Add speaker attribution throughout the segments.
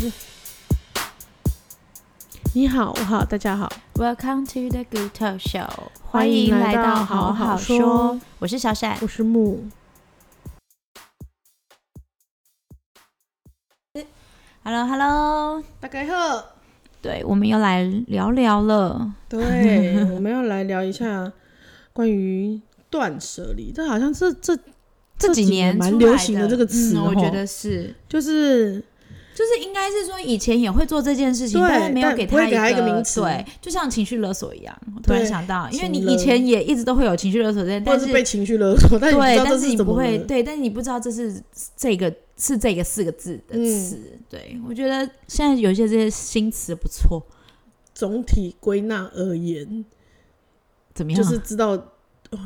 Speaker 1: 是你好，我好，大家好，
Speaker 2: Welcome to the Good Talk Show，
Speaker 1: 欢迎来到好好说。
Speaker 2: 我是小闪，
Speaker 1: 我是木。
Speaker 2: Hello Hello，
Speaker 1: 大家好，
Speaker 2: 对我们又来聊聊了。
Speaker 1: 对，我们要来聊一下关于断舍离，这好像这这
Speaker 2: 这
Speaker 1: 几
Speaker 2: 几年
Speaker 1: 蛮
Speaker 2: 出
Speaker 1: 流
Speaker 2: 来
Speaker 1: 行的这个词哦
Speaker 2: 嗯我
Speaker 1: 吼
Speaker 2: 觉得是，
Speaker 1: 就是
Speaker 2: 就是应该是说以前也会做这件事情，
Speaker 1: 对
Speaker 2: 但是没有
Speaker 1: 但
Speaker 2: 给
Speaker 1: 不会
Speaker 2: 他
Speaker 1: 给他一
Speaker 2: 一
Speaker 1: 个名词
Speaker 2: 对，就像情绪勒索一样。我突然
Speaker 1: 对
Speaker 2: 想到，因为你
Speaker 1: 情
Speaker 2: 以
Speaker 1: 勒
Speaker 2: 前也一直都会有情绪勒索这件，
Speaker 1: 或
Speaker 2: 但
Speaker 1: 者
Speaker 2: 是
Speaker 1: 是被情绪勒索，但你不知
Speaker 2: 对，
Speaker 1: 道这
Speaker 2: 但是你
Speaker 1: 怎
Speaker 2: 不
Speaker 1: 么
Speaker 2: 会
Speaker 1: 了
Speaker 2: 对，但是你不知道这是这个是这个四个字的
Speaker 1: 嗯
Speaker 2: 词。对我觉得现在有一些这些新词不错，
Speaker 1: 总体归纳而言，
Speaker 2: 怎么样？
Speaker 1: 就是知道哦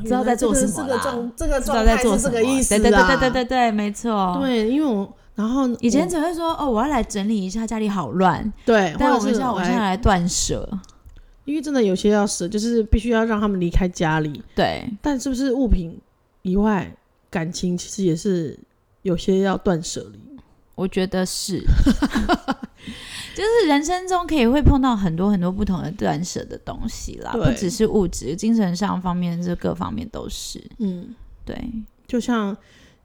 Speaker 2: 知
Speaker 1: 原
Speaker 2: 道
Speaker 1: 来
Speaker 2: 在做
Speaker 1: 这个
Speaker 2: 什么
Speaker 1: 这个
Speaker 2: 啦
Speaker 1: 状这个
Speaker 2: 知道
Speaker 1: 状
Speaker 2: 在
Speaker 1: 态
Speaker 2: 做
Speaker 1: 是
Speaker 2: 什
Speaker 1: 这
Speaker 2: 么？
Speaker 1: 个意思
Speaker 2: 对对对
Speaker 1: 啦
Speaker 2: 对对对对，没错。，
Speaker 1: 对，因为我然后
Speaker 2: 以前
Speaker 1: 我
Speaker 2: 只会说哦，我要来整理一下家里好乱，
Speaker 1: 对，
Speaker 2: 但
Speaker 1: 或
Speaker 2: 我
Speaker 1: 者
Speaker 2: 们
Speaker 1: 是
Speaker 2: 现在我现在
Speaker 1: 来
Speaker 2: 来断舍，
Speaker 1: 因为真的有些要舍，就是必须要让他们离开家里。
Speaker 2: 对，
Speaker 1: 但是不是物品以外，感情其实也是有些要断舍离。
Speaker 2: 我觉得 是， 就是人生中可以会碰到很多很多不同的断舍的东西啦，
Speaker 1: 对
Speaker 2: 不只是物质，精神上方面这各方面都是，
Speaker 1: 嗯，
Speaker 2: 对，
Speaker 1: 就像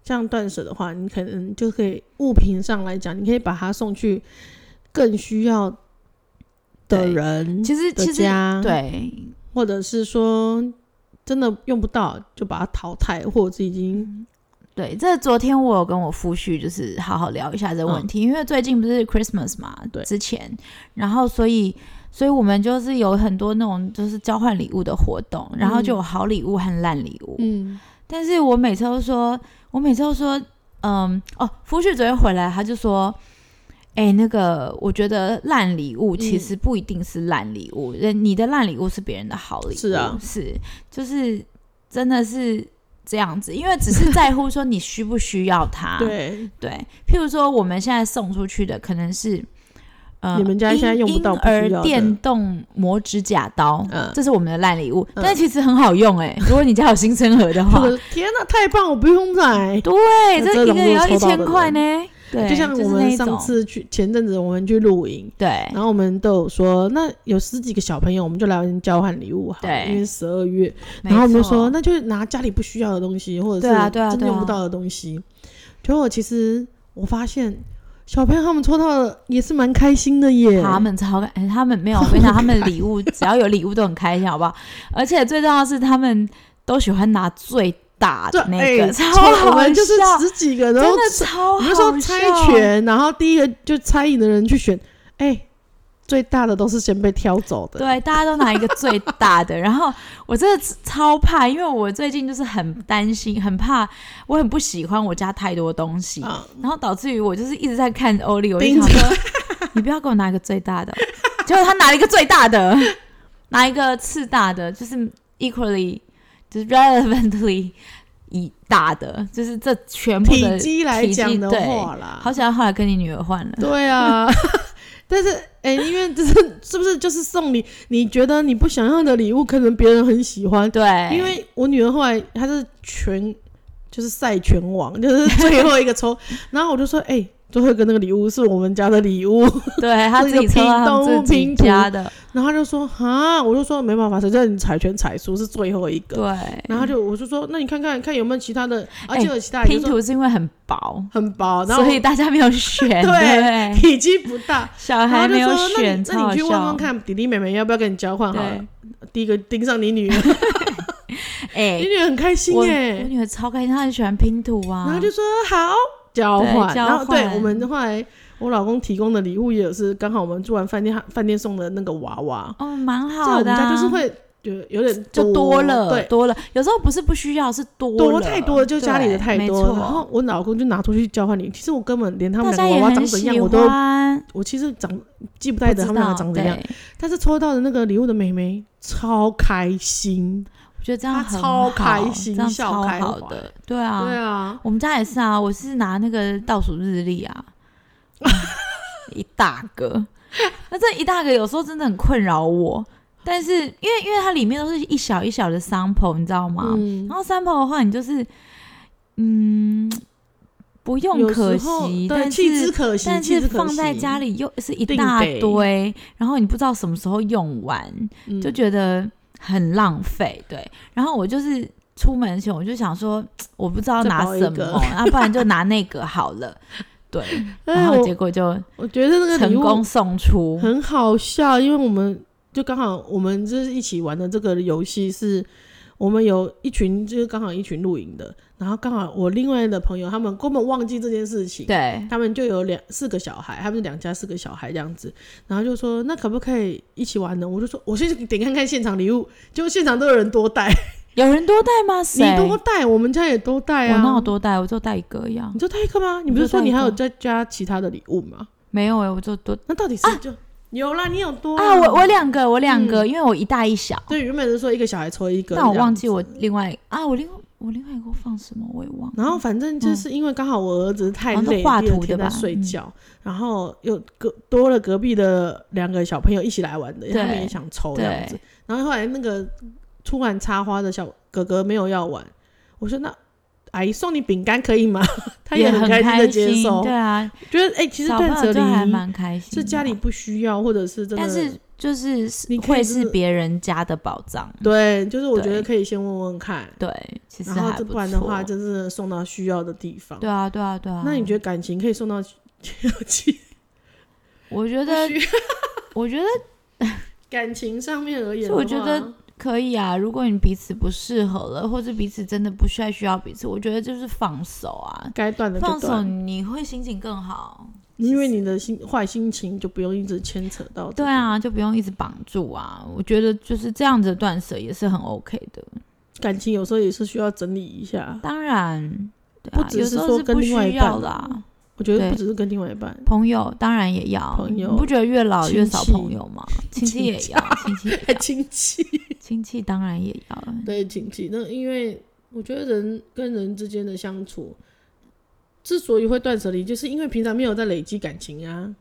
Speaker 1: 这样断舍的话，你可能就可以物品上来讲，你可以把它送去更需要的
Speaker 2: 对
Speaker 1: 人
Speaker 2: 其实
Speaker 1: 的
Speaker 2: 其实
Speaker 1: 家，，
Speaker 2: 对，
Speaker 1: 或者是说真的用不到就把它淘汰，或者是已经
Speaker 2: 对，这昨天我有跟我夫婿就是好好聊一下这个问题，因为最近不是 Christmas 嘛，
Speaker 1: 对
Speaker 2: 之前，然后所以所以我们就是有很多那种就是交换礼物的活动，然后就有好礼物和烂礼物，
Speaker 1: 嗯
Speaker 2: 但是我每次都说，我每次都说，嗯，哦，夫婿昨天回来他就说。哎、那个，我觉得烂礼
Speaker 1: 嗯
Speaker 2: 物其实不一定是烂礼物，人、你的烂礼物是别人的好礼物，
Speaker 1: 是啊
Speaker 2: 是就是真的是这样子，因为只是在乎说你需不需要它，
Speaker 1: 对
Speaker 2: 对，譬如说我们现在送出去的可能是，呃，
Speaker 1: 你们家现在用不到
Speaker 2: 婴
Speaker 1: 不需要的
Speaker 2: 儿电动磨指甲刀，
Speaker 1: 嗯
Speaker 2: 这是我们的烂礼物，
Speaker 1: 嗯
Speaker 2: 但其实很好用哎、如果你家有新生儿的 话，
Speaker 1: 或者天哪、太棒，我不用 买。
Speaker 2: 对，
Speaker 1: 那
Speaker 2: 这
Speaker 1: 这
Speaker 2: 一
Speaker 1: 种
Speaker 2: 个也要
Speaker 1: 如
Speaker 2: 一
Speaker 1: 果抽到
Speaker 2: 千
Speaker 1: 的
Speaker 2: 块呢。对，
Speaker 1: 就像
Speaker 2: 是
Speaker 1: 我
Speaker 2: 那
Speaker 1: 们
Speaker 2: 一
Speaker 1: 上
Speaker 2: 种
Speaker 1: 次嗯去前阵子我们去露营，
Speaker 2: 对
Speaker 1: 然后我们都有说，那有十几个小朋友，我们就来玩交换礼物好了，
Speaker 2: 对
Speaker 1: 因为十二月，
Speaker 2: 没
Speaker 1: 然后我们就
Speaker 2: 错
Speaker 1: 说，那就拿家里不需要的东西，或者
Speaker 2: 对啊
Speaker 1: 是
Speaker 2: 对啊
Speaker 1: 真
Speaker 2: 对
Speaker 1: 的
Speaker 2: 啊
Speaker 1: 用不到的东西。结果其实我发现，小朋友他们抽到的也是蛮开心的耶。
Speaker 2: 他们超感，哎他们没有，我跟你讲，他们礼物只要有礼物都很开心，好不好？而且最重要的是，他们都喜欢拿最大
Speaker 1: 对
Speaker 2: 的，那个，
Speaker 1: 哎
Speaker 2: 超
Speaker 1: 抽我
Speaker 2: 好
Speaker 1: 们就是
Speaker 2: 笑，
Speaker 1: 十几个，然
Speaker 2: 真
Speaker 1: 后
Speaker 2: 的超
Speaker 1: 我
Speaker 2: 好
Speaker 1: 们
Speaker 2: 笑
Speaker 1: 说。猜拳，然后第一个就猜赢的人去选，哎，最大的都是先被挑走的。
Speaker 2: 对，大家都拿一个最大的。然后我真的超怕，因为我最近就是很担心，很怕，我很不喜欢我家太多东西，
Speaker 1: 啊，
Speaker 2: 然后导致于我就是一直在看欧丽，我就
Speaker 1: 盯
Speaker 2: 想说，你不要给我拿一个最大的哦、结果他拿了一个最大的，拿一个次大的，就是 equally 就是 relevantly 以大的，就是这全部的
Speaker 1: 体积来
Speaker 2: 体积
Speaker 1: 讲的
Speaker 2: 对
Speaker 1: 话啦，
Speaker 2: 好想后来跟你女儿换 了，
Speaker 1: 对啊， 但是哎、因为这是是不是就是送你你觉得你不想要的礼物，可能别人很喜欢。
Speaker 2: 对，
Speaker 1: 因为我女儿后来她是全就是赛拳王， 就是最后一个抽，然后我就说哎。最后一个那个礼物是我们家的礼物，
Speaker 2: 对她
Speaker 1: 是
Speaker 2: 自
Speaker 1: 一个
Speaker 2: 己抽到他
Speaker 1: 屏
Speaker 2: 们
Speaker 1: 东
Speaker 2: 自己
Speaker 1: 屏东
Speaker 2: 家的，
Speaker 1: 然后她就说哈，我就说没办法，谁叫你彩拳彩输是最后一个，
Speaker 2: 对，
Speaker 1: 然后她就我就说那你看看看有没有其他的，而
Speaker 2: 哎
Speaker 1: 啊且有其他的，
Speaker 2: 拼
Speaker 1: 就说
Speaker 2: 图是因为很薄，
Speaker 1: 很薄，然后
Speaker 2: 所以大家没 有选，
Speaker 1: 对
Speaker 2: 对，
Speaker 1: 体积不大，
Speaker 2: 小
Speaker 1: 然后
Speaker 2: 孩
Speaker 1: 就
Speaker 2: 没有
Speaker 1: 说那
Speaker 2: 选，
Speaker 1: 你
Speaker 2: 超
Speaker 1: 那
Speaker 2: 好
Speaker 1: 你去问问
Speaker 2: 笑，
Speaker 1: 看弟弟妹妹要不要跟你交换
Speaker 2: 对
Speaker 1: 好了，，第一个盯上你女儿，
Speaker 2: 哎
Speaker 1: 你，女儿很开心
Speaker 2: 我我
Speaker 1: 耶，
Speaker 2: 女儿超开心，她很喜欢拼图啊，
Speaker 1: 然后就说好交换，
Speaker 2: 对交
Speaker 1: 然后对
Speaker 2: 换
Speaker 1: 我们后来我老公提供的礼物也是刚好我们住完饭店，饭店送的那个娃娃，
Speaker 2: 哦，蛮
Speaker 1: 在我
Speaker 2: 好
Speaker 1: 们
Speaker 2: 的啊、
Speaker 1: 家就是会有有点
Speaker 2: 就多了，
Speaker 1: 对。
Speaker 2: 多了。有时候不是不需要，是多了
Speaker 1: 多太多了，就家里的
Speaker 2: 对
Speaker 1: 太
Speaker 2: 没
Speaker 1: 多，
Speaker 2: 错
Speaker 1: 然后我老公就拿出去交换礼物。其实我根本连他们
Speaker 2: 大
Speaker 1: 两个
Speaker 2: 家也
Speaker 1: 娃娃
Speaker 2: 很
Speaker 1: 长怎
Speaker 2: 喜
Speaker 1: 样，
Speaker 2: 欢，啊
Speaker 1: 我都我其实长记不太
Speaker 2: 不
Speaker 1: 得
Speaker 2: 知
Speaker 1: 他们两
Speaker 2: 道
Speaker 1: 个长怎样。
Speaker 2: 对
Speaker 1: 但是抽到的那个礼物的妹妹超开心，
Speaker 2: 我觉得这样
Speaker 1: 她
Speaker 2: 很
Speaker 1: 超
Speaker 2: 好
Speaker 1: 开心
Speaker 2: 这样
Speaker 1: 笑
Speaker 2: 超
Speaker 1: 开
Speaker 2: 好
Speaker 1: 怀
Speaker 2: 的，对啊，
Speaker 1: 对啊，
Speaker 2: 我们家也是啊，我是拿那个倒数日历啊， 一大个。那这一大个有时候真的很困扰我，但是因为因为它里面都是一小一小的 sample，你知道吗？
Speaker 1: 嗯
Speaker 2: 然后 sample 的话，你就是嗯，不用
Speaker 1: 有
Speaker 2: 可
Speaker 1: 时候
Speaker 2: 惜，
Speaker 1: 对，
Speaker 2: 但
Speaker 1: 弃之
Speaker 2: 是
Speaker 1: 可惜，
Speaker 2: 但
Speaker 1: 弃
Speaker 2: 是
Speaker 1: 之可
Speaker 2: 放在
Speaker 1: 惜
Speaker 2: 家，里又是一
Speaker 1: 定
Speaker 2: 大
Speaker 1: 得
Speaker 2: 堆，然后你不知道什么时候用完，
Speaker 1: 嗯
Speaker 2: 就觉得很浪费。对，然后我就是出门前我就想说，我不知道
Speaker 1: 再
Speaker 2: 拿
Speaker 1: 包一
Speaker 2: 什么
Speaker 1: 个，
Speaker 2: 那不然就拿那个好了。 对，然
Speaker 1: 哎
Speaker 2: 后
Speaker 1: 我
Speaker 2: 结果就
Speaker 1: 我觉得那个礼物
Speaker 2: 成功送出。
Speaker 1: 很好笑，因为我们就刚好我们就是一起玩的这个游戏是，我们有一群就是刚好一群露营的，然后刚好我另外的朋友他们根本忘记这件事情，
Speaker 2: 对，
Speaker 1: 他们就有两四个小孩，他们是两家四个小孩这样子，然后就说那可不可以一起玩呢？我就说我先点看看现场礼物，结果现场都有人多带，
Speaker 2: 有人多带吗？
Speaker 1: 你
Speaker 2: 谁？
Speaker 1: 多带，我们家也多带
Speaker 2: 我
Speaker 1: 啊，
Speaker 2: 哪有多带？我就带一个一样
Speaker 1: 你。就带一个吗？你
Speaker 2: 我
Speaker 1: 不是
Speaker 2: 就啊
Speaker 1: 说
Speaker 2: 带
Speaker 1: 你
Speaker 2: 一
Speaker 1: 还有
Speaker 2: 个
Speaker 1: 再加其他的礼物吗？
Speaker 2: 没有哎、我就多
Speaker 1: 那到底是就、有啦，你有多
Speaker 2: 啊，我我两个，我两个，因为我一大一小。
Speaker 1: 嗯对，原本是说一个小孩抽一个，
Speaker 2: 但我
Speaker 1: 这样
Speaker 2: 忘记我另外啊，我另外我另外一个放什么我也忘了。
Speaker 1: 然后反正就是因为刚好我儿子太
Speaker 2: 好像是
Speaker 1: 累，
Speaker 2: 画
Speaker 1: 第二
Speaker 2: 图的
Speaker 1: 天
Speaker 2: 吧嗯
Speaker 1: 在睡觉，然后又隔多了隔壁的两个小朋友一起来玩的，
Speaker 2: 对
Speaker 1: 他们也想抽这样子
Speaker 2: 对。
Speaker 1: 然后后来那个突然插花的小哥哥没有要玩，我说那阿姨送你饼干可以吗？ 他
Speaker 2: 也
Speaker 1: 很
Speaker 2: 很
Speaker 1: 心的接
Speaker 2: 心
Speaker 1: 受，
Speaker 2: 对啊，
Speaker 1: 觉得哎、其实
Speaker 2: 小朋
Speaker 1: 断舍
Speaker 2: 友就还
Speaker 1: 离
Speaker 2: 蛮开心的。
Speaker 1: 是家里不需要，或者是真的，
Speaker 2: 但是就是是
Speaker 1: 你可以
Speaker 2: 会
Speaker 1: 就是
Speaker 2: 是别人家的宝藏，
Speaker 1: 对，就是我觉
Speaker 2: 对
Speaker 1: 得可以先问问看，
Speaker 2: 对，其实
Speaker 1: 然后
Speaker 2: 还
Speaker 1: 这
Speaker 2: 不
Speaker 1: 不然的话，
Speaker 2: 错
Speaker 1: 就是送到需要的地方。
Speaker 2: 对啊，对啊，对啊。
Speaker 1: 那你觉得感情可以送到 去？
Speaker 2: 我觉
Speaker 1: 不
Speaker 2: 得，
Speaker 1: 需
Speaker 2: 我觉得
Speaker 1: 感情上面而言的
Speaker 2: 所
Speaker 1: 话，
Speaker 2: 以我觉得可以啊。如果你彼此不适合了，或者彼此真的不需要需要彼此，我觉得就是放手啊，
Speaker 1: 该断的就
Speaker 2: 放手
Speaker 1: 断，
Speaker 2: 你会心情更好。
Speaker 1: 因为你的心坏心情就不用一直牵扯到。
Speaker 2: 对，啊，就不用一直绑住啊。我觉得就是这样子的断舍也是很 OK 的。
Speaker 1: 感情有时候也是需要整理一下。
Speaker 2: 当然，对
Speaker 1: 不
Speaker 2: 啊，
Speaker 1: 只
Speaker 2: 有
Speaker 1: 是
Speaker 2: 时候
Speaker 1: 说
Speaker 2: 是
Speaker 1: 跟
Speaker 2: 不
Speaker 1: 另外一
Speaker 2: 需要
Speaker 1: 半啊
Speaker 2: 啦。
Speaker 1: 我觉得
Speaker 2: 对
Speaker 1: 不只是跟另外一半，
Speaker 2: 朋友当然也要，
Speaker 1: 朋友
Speaker 2: 你不觉得越老越少
Speaker 1: 亲戚
Speaker 2: 朋友吗？亲戚
Speaker 1: 亲
Speaker 2: 也要， 亲戚也要
Speaker 1: 亲戚
Speaker 2: 亲戚当然也要。
Speaker 1: 对亲戚，那因为我觉得人跟人之间的相处，之所以会断舍离，就是因为平常没有在累积感情啊，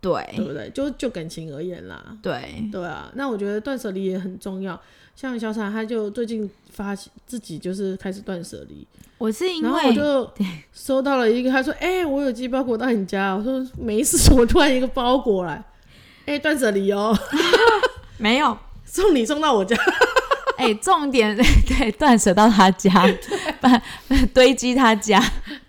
Speaker 1: 对
Speaker 2: 对
Speaker 1: 不对？就就感情而言啦，
Speaker 2: 对，
Speaker 1: 对啊，那我觉得断舍离也很重要。像小闪，他就最近发现自己就是开始断舍离，
Speaker 2: 我是因
Speaker 1: 然后我
Speaker 2: 为
Speaker 1: 就收到了一个，他说：“哎、我有寄包裹到你家。”哦我说：“没事， 怎么突然一个包裹来？哎、断舍离哦，
Speaker 2: 没有。
Speaker 1: 送你送到我家。
Speaker 2: 哎、重点 对断舍到他 家，把堆积他家。”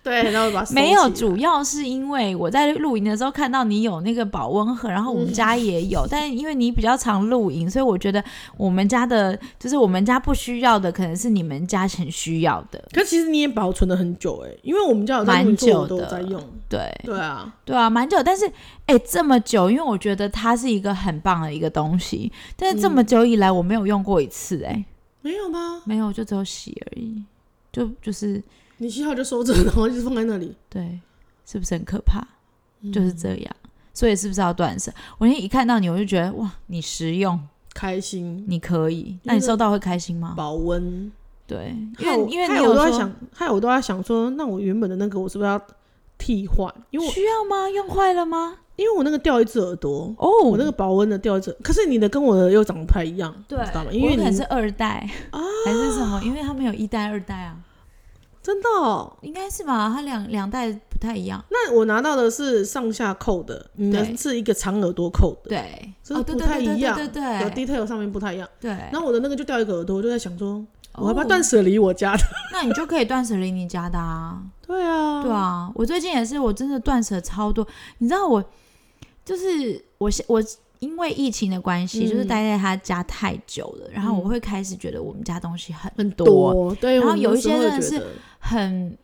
Speaker 1: 对，然后我把它收
Speaker 2: 没有，
Speaker 1: 起来
Speaker 2: 主要是因为我在露营的时候看到你有那个保温盒，然后我们家也有，但因为你比较常露营，所以我觉得我们家的，就是我们家不需要的，可能是你们家很需要的。
Speaker 1: 可其实你也保存了很久哎、因为我们家有在
Speaker 2: 蛮
Speaker 1: 用，做
Speaker 2: 久
Speaker 1: 我都有
Speaker 2: 的
Speaker 1: 在用。
Speaker 2: 对
Speaker 1: 对啊，
Speaker 2: 对啊，蛮久，但是哎、这么久，因为我觉得它是一个很棒的一个东西，但是这
Speaker 1: 嗯
Speaker 2: 么久以来我没有用过一次、哎，
Speaker 1: 没有吗？
Speaker 2: 没有，就只有洗而已，就就是
Speaker 1: 你洗好就收着，然后一直放在那里。
Speaker 2: 对，是不是很可怕？就是这
Speaker 1: 嗯
Speaker 2: 样，所以是不是要断舍？我那天一看到你，我就觉得哇，你实用，
Speaker 1: 开心
Speaker 2: 你可以。那你收到会开心吗？
Speaker 1: 保温，
Speaker 2: 对，嗯因
Speaker 1: 害我
Speaker 2: 为因为你
Speaker 1: 害我
Speaker 2: 有
Speaker 1: 都在
Speaker 2: 说
Speaker 1: 想，害我都在想说，那我原本的那个我是不是要替换？因为我
Speaker 2: 需要吗？用坏了吗？
Speaker 1: 因为我那个掉一只耳朵，
Speaker 2: 哦，
Speaker 1: 我那个保温的掉一只，可是你的跟我的又长得不太一样，
Speaker 2: 对
Speaker 1: 你知道吗？，因
Speaker 2: 我
Speaker 1: 为
Speaker 2: 可能
Speaker 1: 你啊
Speaker 2: 是二代还是什么？因为他们有一代、二代啊，
Speaker 1: 真的哦、
Speaker 2: 应该是吧？他两两代不太一样。
Speaker 1: 那我拿到的是上下扣的，你的
Speaker 2: 对
Speaker 1: 是一个长耳朵扣的，
Speaker 2: 对，
Speaker 1: 真的
Speaker 2: 哦，对
Speaker 1: 不
Speaker 2: 对
Speaker 1: 太
Speaker 2: 对
Speaker 1: 一样，
Speaker 2: 对
Speaker 1: 有
Speaker 2: 对对
Speaker 1: detail 上面不太一样。
Speaker 2: 对。
Speaker 1: 然后我的那个就掉一个耳朵，我就在想说，我要不要
Speaker 2: 哦
Speaker 1: 断舍离我家的？
Speaker 2: 那你就可以断舍离你家的啊。
Speaker 1: 对啊，
Speaker 2: 对，啊，我最近也是，我真的断舍超多。你知道我就是我现我因为疫情的关系，就是
Speaker 1: 嗯
Speaker 2: 待在他家太久了，然后我
Speaker 1: 嗯
Speaker 2: 会开始觉得我们家东西很
Speaker 1: 很
Speaker 2: 多
Speaker 1: 多。对，
Speaker 2: 然后
Speaker 1: 我
Speaker 2: 有一些
Speaker 1: 时候会
Speaker 2: 真的
Speaker 1: 觉
Speaker 2: 是
Speaker 1: 得
Speaker 2: 很。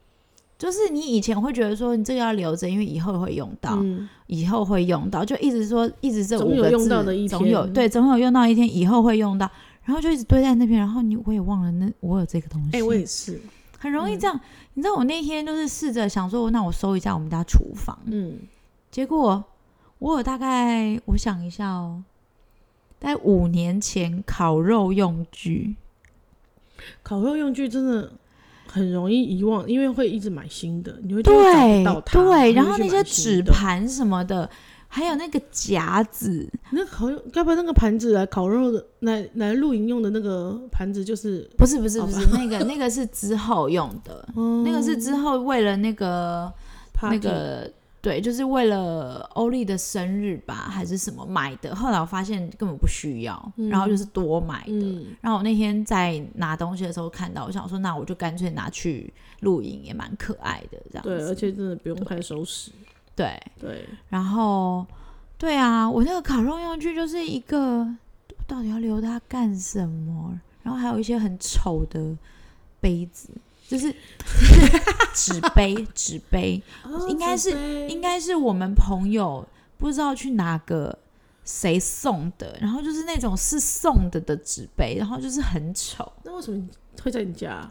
Speaker 2: 就是你以前会觉得说你这个要留着，因为以后会用到，
Speaker 1: 嗯，
Speaker 2: 以后会用到，就一直说一直这
Speaker 1: 总
Speaker 2: 五
Speaker 1: 有
Speaker 2: 个字，
Speaker 1: 用到的一
Speaker 2: 总有
Speaker 1: 天
Speaker 2: 对，总有用到一天，以后会用到，然后就一直堆在那边，然后你我也忘了那我有这个东西，
Speaker 1: 哎、我也是，
Speaker 2: 很容易这样。你知道我那天就是试着想说，哦那我搜一下我们家厨房，
Speaker 1: 嗯，
Speaker 2: 结果我有大概，我想一下哦，在五年前烤肉用具，
Speaker 1: 烤肉用具真的很容易遗忘，因为会一直买新的，你会觉得找不到
Speaker 2: 对
Speaker 1: 它，你会
Speaker 2: 对，然后
Speaker 1: 去
Speaker 2: 那
Speaker 1: 买
Speaker 2: 些
Speaker 1: 新
Speaker 2: 纸
Speaker 1: 的
Speaker 2: 盘什么的，还有那个夹子，
Speaker 1: 那好像该不会那个盘子来烤肉的，来来露营用的那个盘子就是，
Speaker 2: 不是不是
Speaker 1: 好
Speaker 2: 不
Speaker 1: 吧
Speaker 2: 是，那个那个是之后用的，
Speaker 1: 嗯、
Speaker 2: 那个是之后为了那个
Speaker 1: party
Speaker 2: 那个对，就是为了欧丽的生日吧，还是什么买的。后来我发现根本不需要，
Speaker 1: 嗯
Speaker 2: 然后就是多买的。
Speaker 1: 嗯
Speaker 2: 然后我那天在拿东西的时候看到，我想说，那我就干脆拿去露营，也蛮可爱的这样
Speaker 1: 对，而
Speaker 2: 子。
Speaker 1: 且真的不用太收拾，
Speaker 2: 对，
Speaker 1: 对，
Speaker 2: 然后对啊，我那个烤肉用具就是一个，到底要留它干什么？然后还有一些很丑的杯子，就是 纸杯，纸杯。应
Speaker 1: 啊
Speaker 2: 该是应该是我们朋友不知道去哪个谁送的，然后就是那种是送的的纸杯，然后就是很丑。
Speaker 1: 那为什么你会在你家？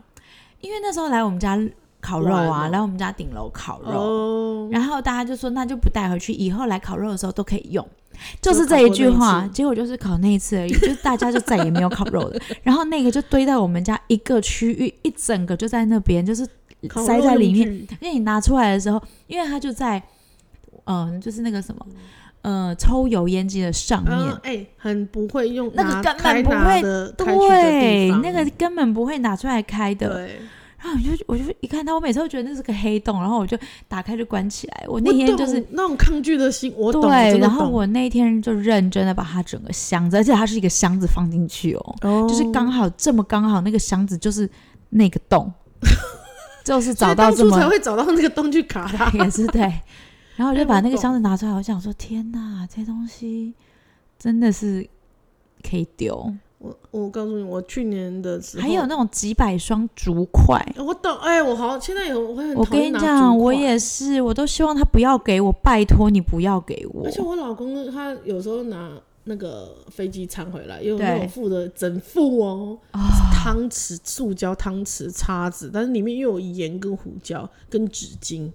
Speaker 2: 因为那时候来我们家烤肉
Speaker 1: 玩
Speaker 2: 啊，
Speaker 1: 哦
Speaker 2: 来我们家顶楼烤肉，
Speaker 1: 哦，
Speaker 2: 然后大家就说那就不带回去，以后来烤肉的时候都可以用。就是这一句
Speaker 1: 就烤过那
Speaker 2: 话，
Speaker 1: 一次
Speaker 2: 结果就是烤那一次而已，就是大家就再也没有烤肉了。然后那个就堆在我们家一个区域，一整个就在那边，就是
Speaker 1: 烤
Speaker 2: 塞
Speaker 1: 肉
Speaker 2: 在里
Speaker 1: 用
Speaker 2: 面，
Speaker 1: 具，
Speaker 2: 因为你拿出来的时候，因为它就在，嗯、就是那个什么，呃，抽油烟机的上面，
Speaker 1: 嗯，哎、很不会用
Speaker 2: 那个
Speaker 1: 拿
Speaker 2: 根本
Speaker 1: 开
Speaker 2: 不
Speaker 1: 拿
Speaker 2: 会
Speaker 1: 的开去的地
Speaker 2: 对，
Speaker 1: 方
Speaker 2: 那个根本不会拿出来开的。
Speaker 1: 对，
Speaker 2: 然后我就我就一看到，我每次都觉得那是个黑洞，然后我就打开就关起来。我
Speaker 1: 我
Speaker 2: 那天就
Speaker 1: 懂
Speaker 2: 是。
Speaker 1: 那种抗拒的心，我懂，我
Speaker 2: 对，
Speaker 1: 真的
Speaker 2: 然后
Speaker 1: 懂
Speaker 2: 我那天就认真的把它整个箱子，而且它是一个箱子放进去哦，
Speaker 1: 哦
Speaker 2: 就是刚好这么刚好那个箱子就是那个 洞，就是
Speaker 1: 所
Speaker 2: 找
Speaker 1: 以
Speaker 2: 到
Speaker 1: 当
Speaker 2: 这
Speaker 1: 初
Speaker 2: 么
Speaker 1: 才会找到那个洞去卡它。
Speaker 2: 也是对。然后我就
Speaker 1: 哎
Speaker 2: 把
Speaker 1: 我
Speaker 2: 那个
Speaker 1: 懂
Speaker 2: 箱子拿出来，我想说：天哪，这东西真的是可以丢。
Speaker 1: 我我告诉你，我去年的时候
Speaker 2: 还有那种几百双竹筷，
Speaker 1: 哎我懂，哎、我好，现在有我很
Speaker 2: 我
Speaker 1: 讨
Speaker 2: 跟
Speaker 1: 厌
Speaker 2: 你
Speaker 1: 拿
Speaker 2: 讲，
Speaker 1: 竹
Speaker 2: 我
Speaker 1: 筷
Speaker 2: 也是，我都希望他不要给我，拜托你不要给我
Speaker 1: 而。且我老公他有时候拿那个飞机餐回来，也有那
Speaker 2: 对
Speaker 1: 种附的整副哦，汤匙、塑胶汤匙、叉子，但是里面又有盐跟胡椒跟纸巾，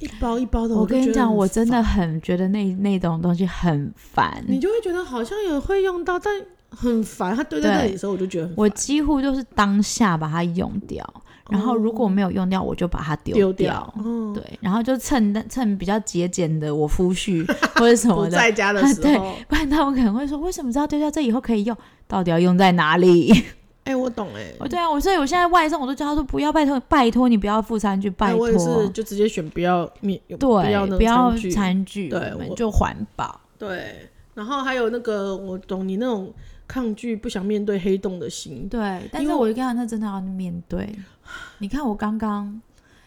Speaker 1: 一包一包的。
Speaker 2: 我
Speaker 1: 就
Speaker 2: 跟你
Speaker 1: 觉得
Speaker 2: 讲，
Speaker 1: 很
Speaker 2: 我真的
Speaker 1: 烦，
Speaker 2: 很觉得那那种东西很烦。
Speaker 1: 你就会觉得好像也会用到，但很烦。他堆在那里
Speaker 2: 对
Speaker 1: 的时候，我就觉得很
Speaker 2: 我
Speaker 1: 烦。
Speaker 2: 几乎都是当下把它用掉，然后如果没有用掉，我就把它
Speaker 1: 哦丢
Speaker 2: 掉。
Speaker 1: 嗯，
Speaker 2: 对，然后就趁趁比较节俭的我夫婿 或者什
Speaker 1: 不
Speaker 2: 么的，
Speaker 1: 在家的时
Speaker 2: 对
Speaker 1: 候，
Speaker 2: 不然他们可能会说，为什么知道丢掉这以后可以用？到底要用在哪里？
Speaker 1: 哎，我懂哎，
Speaker 2: 哦，对啊，我所以我现在外送我都叫他说不要，拜托，拜托你不要付餐具，拜
Speaker 1: 哎
Speaker 2: 托
Speaker 1: 我，也是就直接选不要面，
Speaker 2: 对，
Speaker 1: 要
Speaker 2: 不
Speaker 1: 那个
Speaker 2: 要
Speaker 1: 餐具
Speaker 2: 餐具，
Speaker 1: 对
Speaker 2: 我们
Speaker 1: 我
Speaker 2: 就环保。
Speaker 1: 对，然后还有那个，我懂你那种抗拒、不想面对黑洞的心。
Speaker 2: 对，但
Speaker 1: 因为
Speaker 2: 是我
Speaker 1: 我
Speaker 2: 就跟他那真的要面对。你看我刚刚，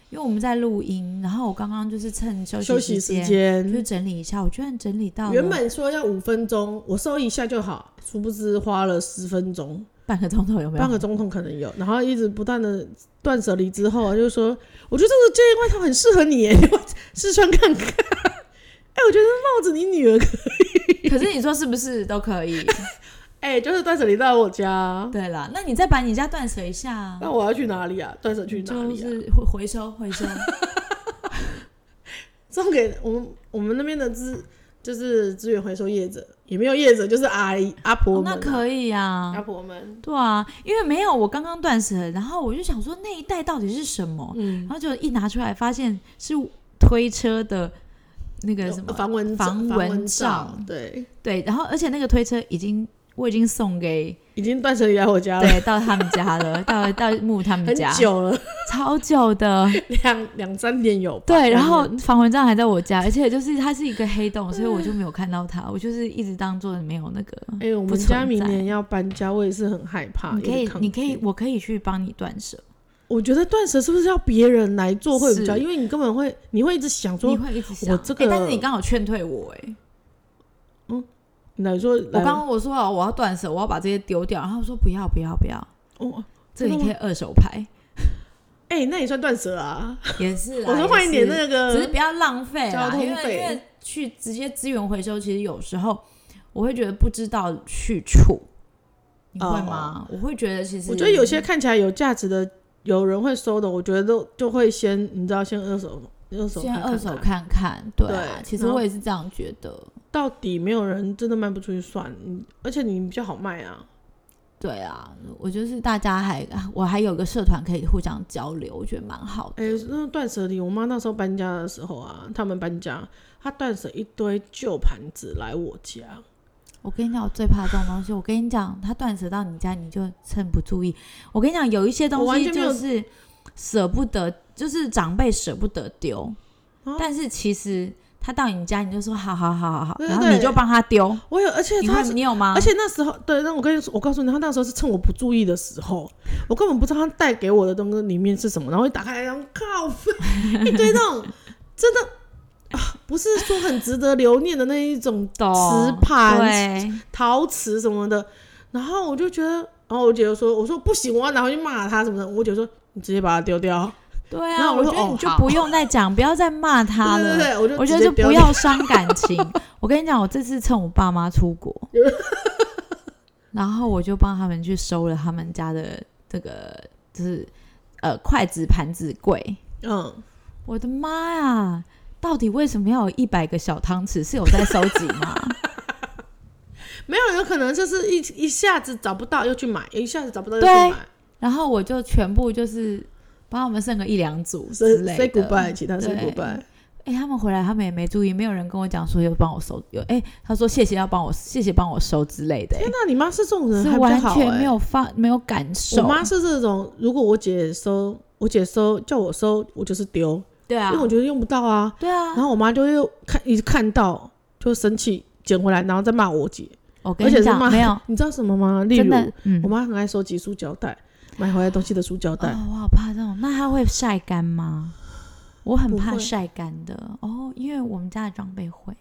Speaker 2: 因为我们在录音，然后我刚刚就是趁休
Speaker 1: 休
Speaker 2: 息
Speaker 1: 息时
Speaker 2: 间就
Speaker 1: 间，
Speaker 2: 整理一下，我居然整理到
Speaker 1: 原
Speaker 2: 了
Speaker 1: 本说要五分钟，我收一下就好，殊不知花了十分钟，
Speaker 2: 半个钟头有没有？
Speaker 1: 半个钟头可能有，然后一直不断的断舍离之后，就说我觉得这个这件外套很适合你耶， 你要试穿看看。哎、我觉得帽子你女儿可，
Speaker 2: 可是你说是不是都可以？
Speaker 1: 哎、就是断舍离到我家，
Speaker 2: 对啦，那你再把你家断舍一 下啊，
Speaker 1: 那我要去哪里啊？断舍去哪
Speaker 2: 就
Speaker 1: 里啊？
Speaker 2: 是回回收回收。
Speaker 1: 送给我们我们那边的资就是资源回收业者，也没有业者，就是阿姨阿婆
Speaker 2: 哦
Speaker 1: 们啊、
Speaker 2: 那可以
Speaker 1: 阿
Speaker 2: 啊，
Speaker 1: 婆们，
Speaker 2: 对啊，因为没有我刚刚断舍，然后我就想说那一袋到底是什么，
Speaker 1: 嗯
Speaker 2: 然，后就一拿出来发现是推车的那个什么
Speaker 1: 防蚊
Speaker 2: 防
Speaker 1: 蚊
Speaker 2: 蚊
Speaker 1: 罩
Speaker 2: 罩，
Speaker 1: 对，
Speaker 2: 对，然后而且那个推车已经我已经送给
Speaker 1: 已经断舍离来我家了，
Speaker 2: 对到他们家了，到到木他们
Speaker 1: 啊很
Speaker 2: 家
Speaker 1: 久了，
Speaker 2: 超 久的，
Speaker 1: 两两三年有吧，
Speaker 2: 对，然
Speaker 1: 两
Speaker 2: 后
Speaker 1: 年
Speaker 2: 防蚊帐还在我家，而且就是它是一个黑洞，所以我就没有看到它，我就是一直当做没有那个。
Speaker 1: 哎、我
Speaker 2: 不
Speaker 1: 们
Speaker 2: 存
Speaker 1: 家明
Speaker 2: 在
Speaker 1: 年要搬家，我也是很害怕，
Speaker 2: 你可
Speaker 1: 有
Speaker 2: 以
Speaker 1: 点，抗
Speaker 2: 你可以，
Speaker 1: 拒，
Speaker 2: 我可以去帮你断舍，
Speaker 1: 我觉得断舍是不是要别人来做会比较，
Speaker 2: 是
Speaker 1: 因为你根本会，你会一直想
Speaker 2: 你
Speaker 1: 说，
Speaker 2: 会一直想。
Speaker 1: 我这个
Speaker 2: 哎但是你刚好劝退我、哎，
Speaker 1: 你来说，
Speaker 2: 我
Speaker 1: 来
Speaker 2: 刚刚我说了我要断舍，我要把这些丢掉，然后说不要不要不要，
Speaker 1: 哦，
Speaker 2: 这
Speaker 1: 真
Speaker 2: 个你
Speaker 1: 的
Speaker 2: 可
Speaker 1: 吗
Speaker 2: 以二手拍，
Speaker 1: 哎、那也算断舍啊，
Speaker 2: 也是啦。
Speaker 1: 我说
Speaker 2: 也
Speaker 1: 换一点
Speaker 2: 是
Speaker 1: 那个，
Speaker 2: 只是不要浪费
Speaker 1: 交
Speaker 2: 啦，
Speaker 1: 通
Speaker 2: 因为
Speaker 1: 费
Speaker 2: 因为去直接资源回收，其实有时候我会觉得不知道去处，你会吗？我会觉得其实
Speaker 1: 哦我觉得有些看起来有价值的，有人会收的，我觉得都就会先，你知道，先二手，二手
Speaker 2: 先
Speaker 1: 看看
Speaker 2: 二手
Speaker 1: 看，
Speaker 2: 看看，对啊，
Speaker 1: 对
Speaker 2: 其实
Speaker 1: 然后
Speaker 2: 我也是这样觉得，
Speaker 1: 到底没有人真的卖不出去算，你而且你比较好卖啊。
Speaker 2: 对啊，我就是大家还我还有个社团可以互相
Speaker 1: 哎
Speaker 2: 交流，我觉得蛮好的。
Speaker 1: 哎、那断舍离，我妈那时候搬家的时候啊，他们搬家，他断舍一堆旧盘子来我家，
Speaker 2: 我跟你讲，我最怕这种东西。我跟你讲，它断舍到你家，你就趁不注意。我跟你讲，有一些
Speaker 1: 我
Speaker 2: 东
Speaker 1: 完
Speaker 2: 西
Speaker 1: 全没有
Speaker 2: 就是舍不得，就是长辈舍不得丢，
Speaker 1: 啊
Speaker 2: 但是其实他到你家，你就说好好好好好，
Speaker 1: 对
Speaker 2: 然后
Speaker 1: 对
Speaker 2: 你就帮他丢。
Speaker 1: 我有，而且
Speaker 2: 你
Speaker 1: 他
Speaker 2: 会
Speaker 1: 是，
Speaker 2: 你有吗？
Speaker 1: 而且那时候对，那我跟你说，我告诉你，他那时候是趁我不注意的时候，我根本不知道他带给我的东西里面是什么，然后一打开来，然后靠，一堆那种真的啊，不是说很值得留念的那一种
Speaker 2: 懂
Speaker 1: 磁盘
Speaker 2: 对，
Speaker 1: 陶瓷什么的，然后我就觉得，然后我姐就说，我说不行，我要拿回去骂他什么的，我姐说你直接把它丢掉，
Speaker 2: 对
Speaker 1: 然
Speaker 2: 啊，
Speaker 1: 后我
Speaker 2: 我
Speaker 1: 说
Speaker 2: 觉得你
Speaker 1: 哦
Speaker 2: 就
Speaker 1: 好
Speaker 2: 不用再讲，不要再骂他
Speaker 1: 对对
Speaker 2: 了。
Speaker 1: 对，我就
Speaker 2: 我
Speaker 1: 直
Speaker 2: 觉得
Speaker 1: 接
Speaker 2: 就不
Speaker 1: 丢掉
Speaker 2: 要伤感情。 我跟你讲，我这次趁我爸妈出国，然后我就帮他们去收了他们家的这个，就是呃筷子、盘子柜。
Speaker 1: 嗯。
Speaker 2: 我的妈呀！到底为什么要有一百个小汤匙？是有在收集吗？
Speaker 1: 没有，有可能就是一一下子找不到又去买，一下子找不到又去
Speaker 2: 对
Speaker 1: 买，
Speaker 2: 然后我就全部就是帮他们剩个一两组之
Speaker 1: say
Speaker 2: 类
Speaker 1: say
Speaker 2: 的。
Speaker 1: goodbye，其他 say
Speaker 2: 对
Speaker 1: goodbye。
Speaker 2: 哎、他们回来，他们也没注意，没有人跟我讲说有帮我收，有哎、他说谢谢要帮我，谢谢帮我收之类的、哎
Speaker 1: 天哪，你妈是这种人，
Speaker 2: 是
Speaker 1: 还
Speaker 2: 完
Speaker 1: 比较好
Speaker 2: 全
Speaker 1: 欸
Speaker 2: 没。有发没有感
Speaker 1: 我
Speaker 2: 受。
Speaker 1: 妈是这种，如果我姐收，我姐收叫我收，我就是丢，
Speaker 2: 对啊
Speaker 1: 因为，我觉得用不到啊。
Speaker 2: 对啊
Speaker 1: 然，后我妈就会看一看到就生气，捡回来，然后再骂我姐，
Speaker 2: 我跟
Speaker 1: 而且
Speaker 2: 你
Speaker 1: 是骂
Speaker 2: 讲，没有，
Speaker 1: 你知道什么吗？例
Speaker 2: 真
Speaker 1: 如，
Speaker 2: 的，嗯
Speaker 1: 我，妈很爱收集塑胶袋，买回来东西的塑胶袋，
Speaker 2: 哦，我好怕这种。那它会晒干吗？我很
Speaker 1: 不
Speaker 2: 怕
Speaker 1: 会
Speaker 2: 晒干的哦，因为我们家的装备会。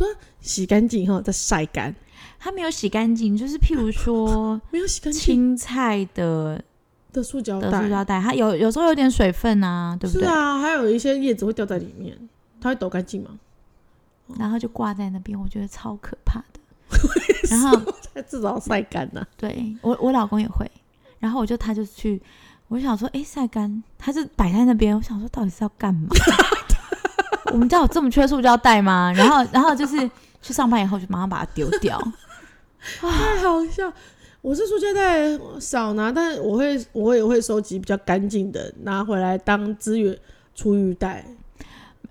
Speaker 1: 洗干净以后再晒干，
Speaker 2: 它没有洗干净，就是譬如说
Speaker 1: 没有洗 干净
Speaker 2: 青菜的
Speaker 1: 的塑胶
Speaker 2: 的
Speaker 1: 袋，
Speaker 2: 塑胶袋，它有有时候有点水分啊，对不
Speaker 1: 是
Speaker 2: 对？
Speaker 1: 啊，还有一些叶子会掉在里面，它会抖干净 吗？
Speaker 2: 然后就挂在那边，我觉得超可怕的。然后
Speaker 1: 至少要晒干呐、
Speaker 2: 对我我老公也会，然后我就他就去，我就想说，哎、晒干，他就摆在那边，我想说到底是要干嘛？ 我们家有这么缺塑胶袋吗？然后然后就是去上班以后就马上把它丢掉，
Speaker 1: 太好笑！我是塑胶袋少拿，但我会我也会收集比较干净的，拿回来当资源厨余袋。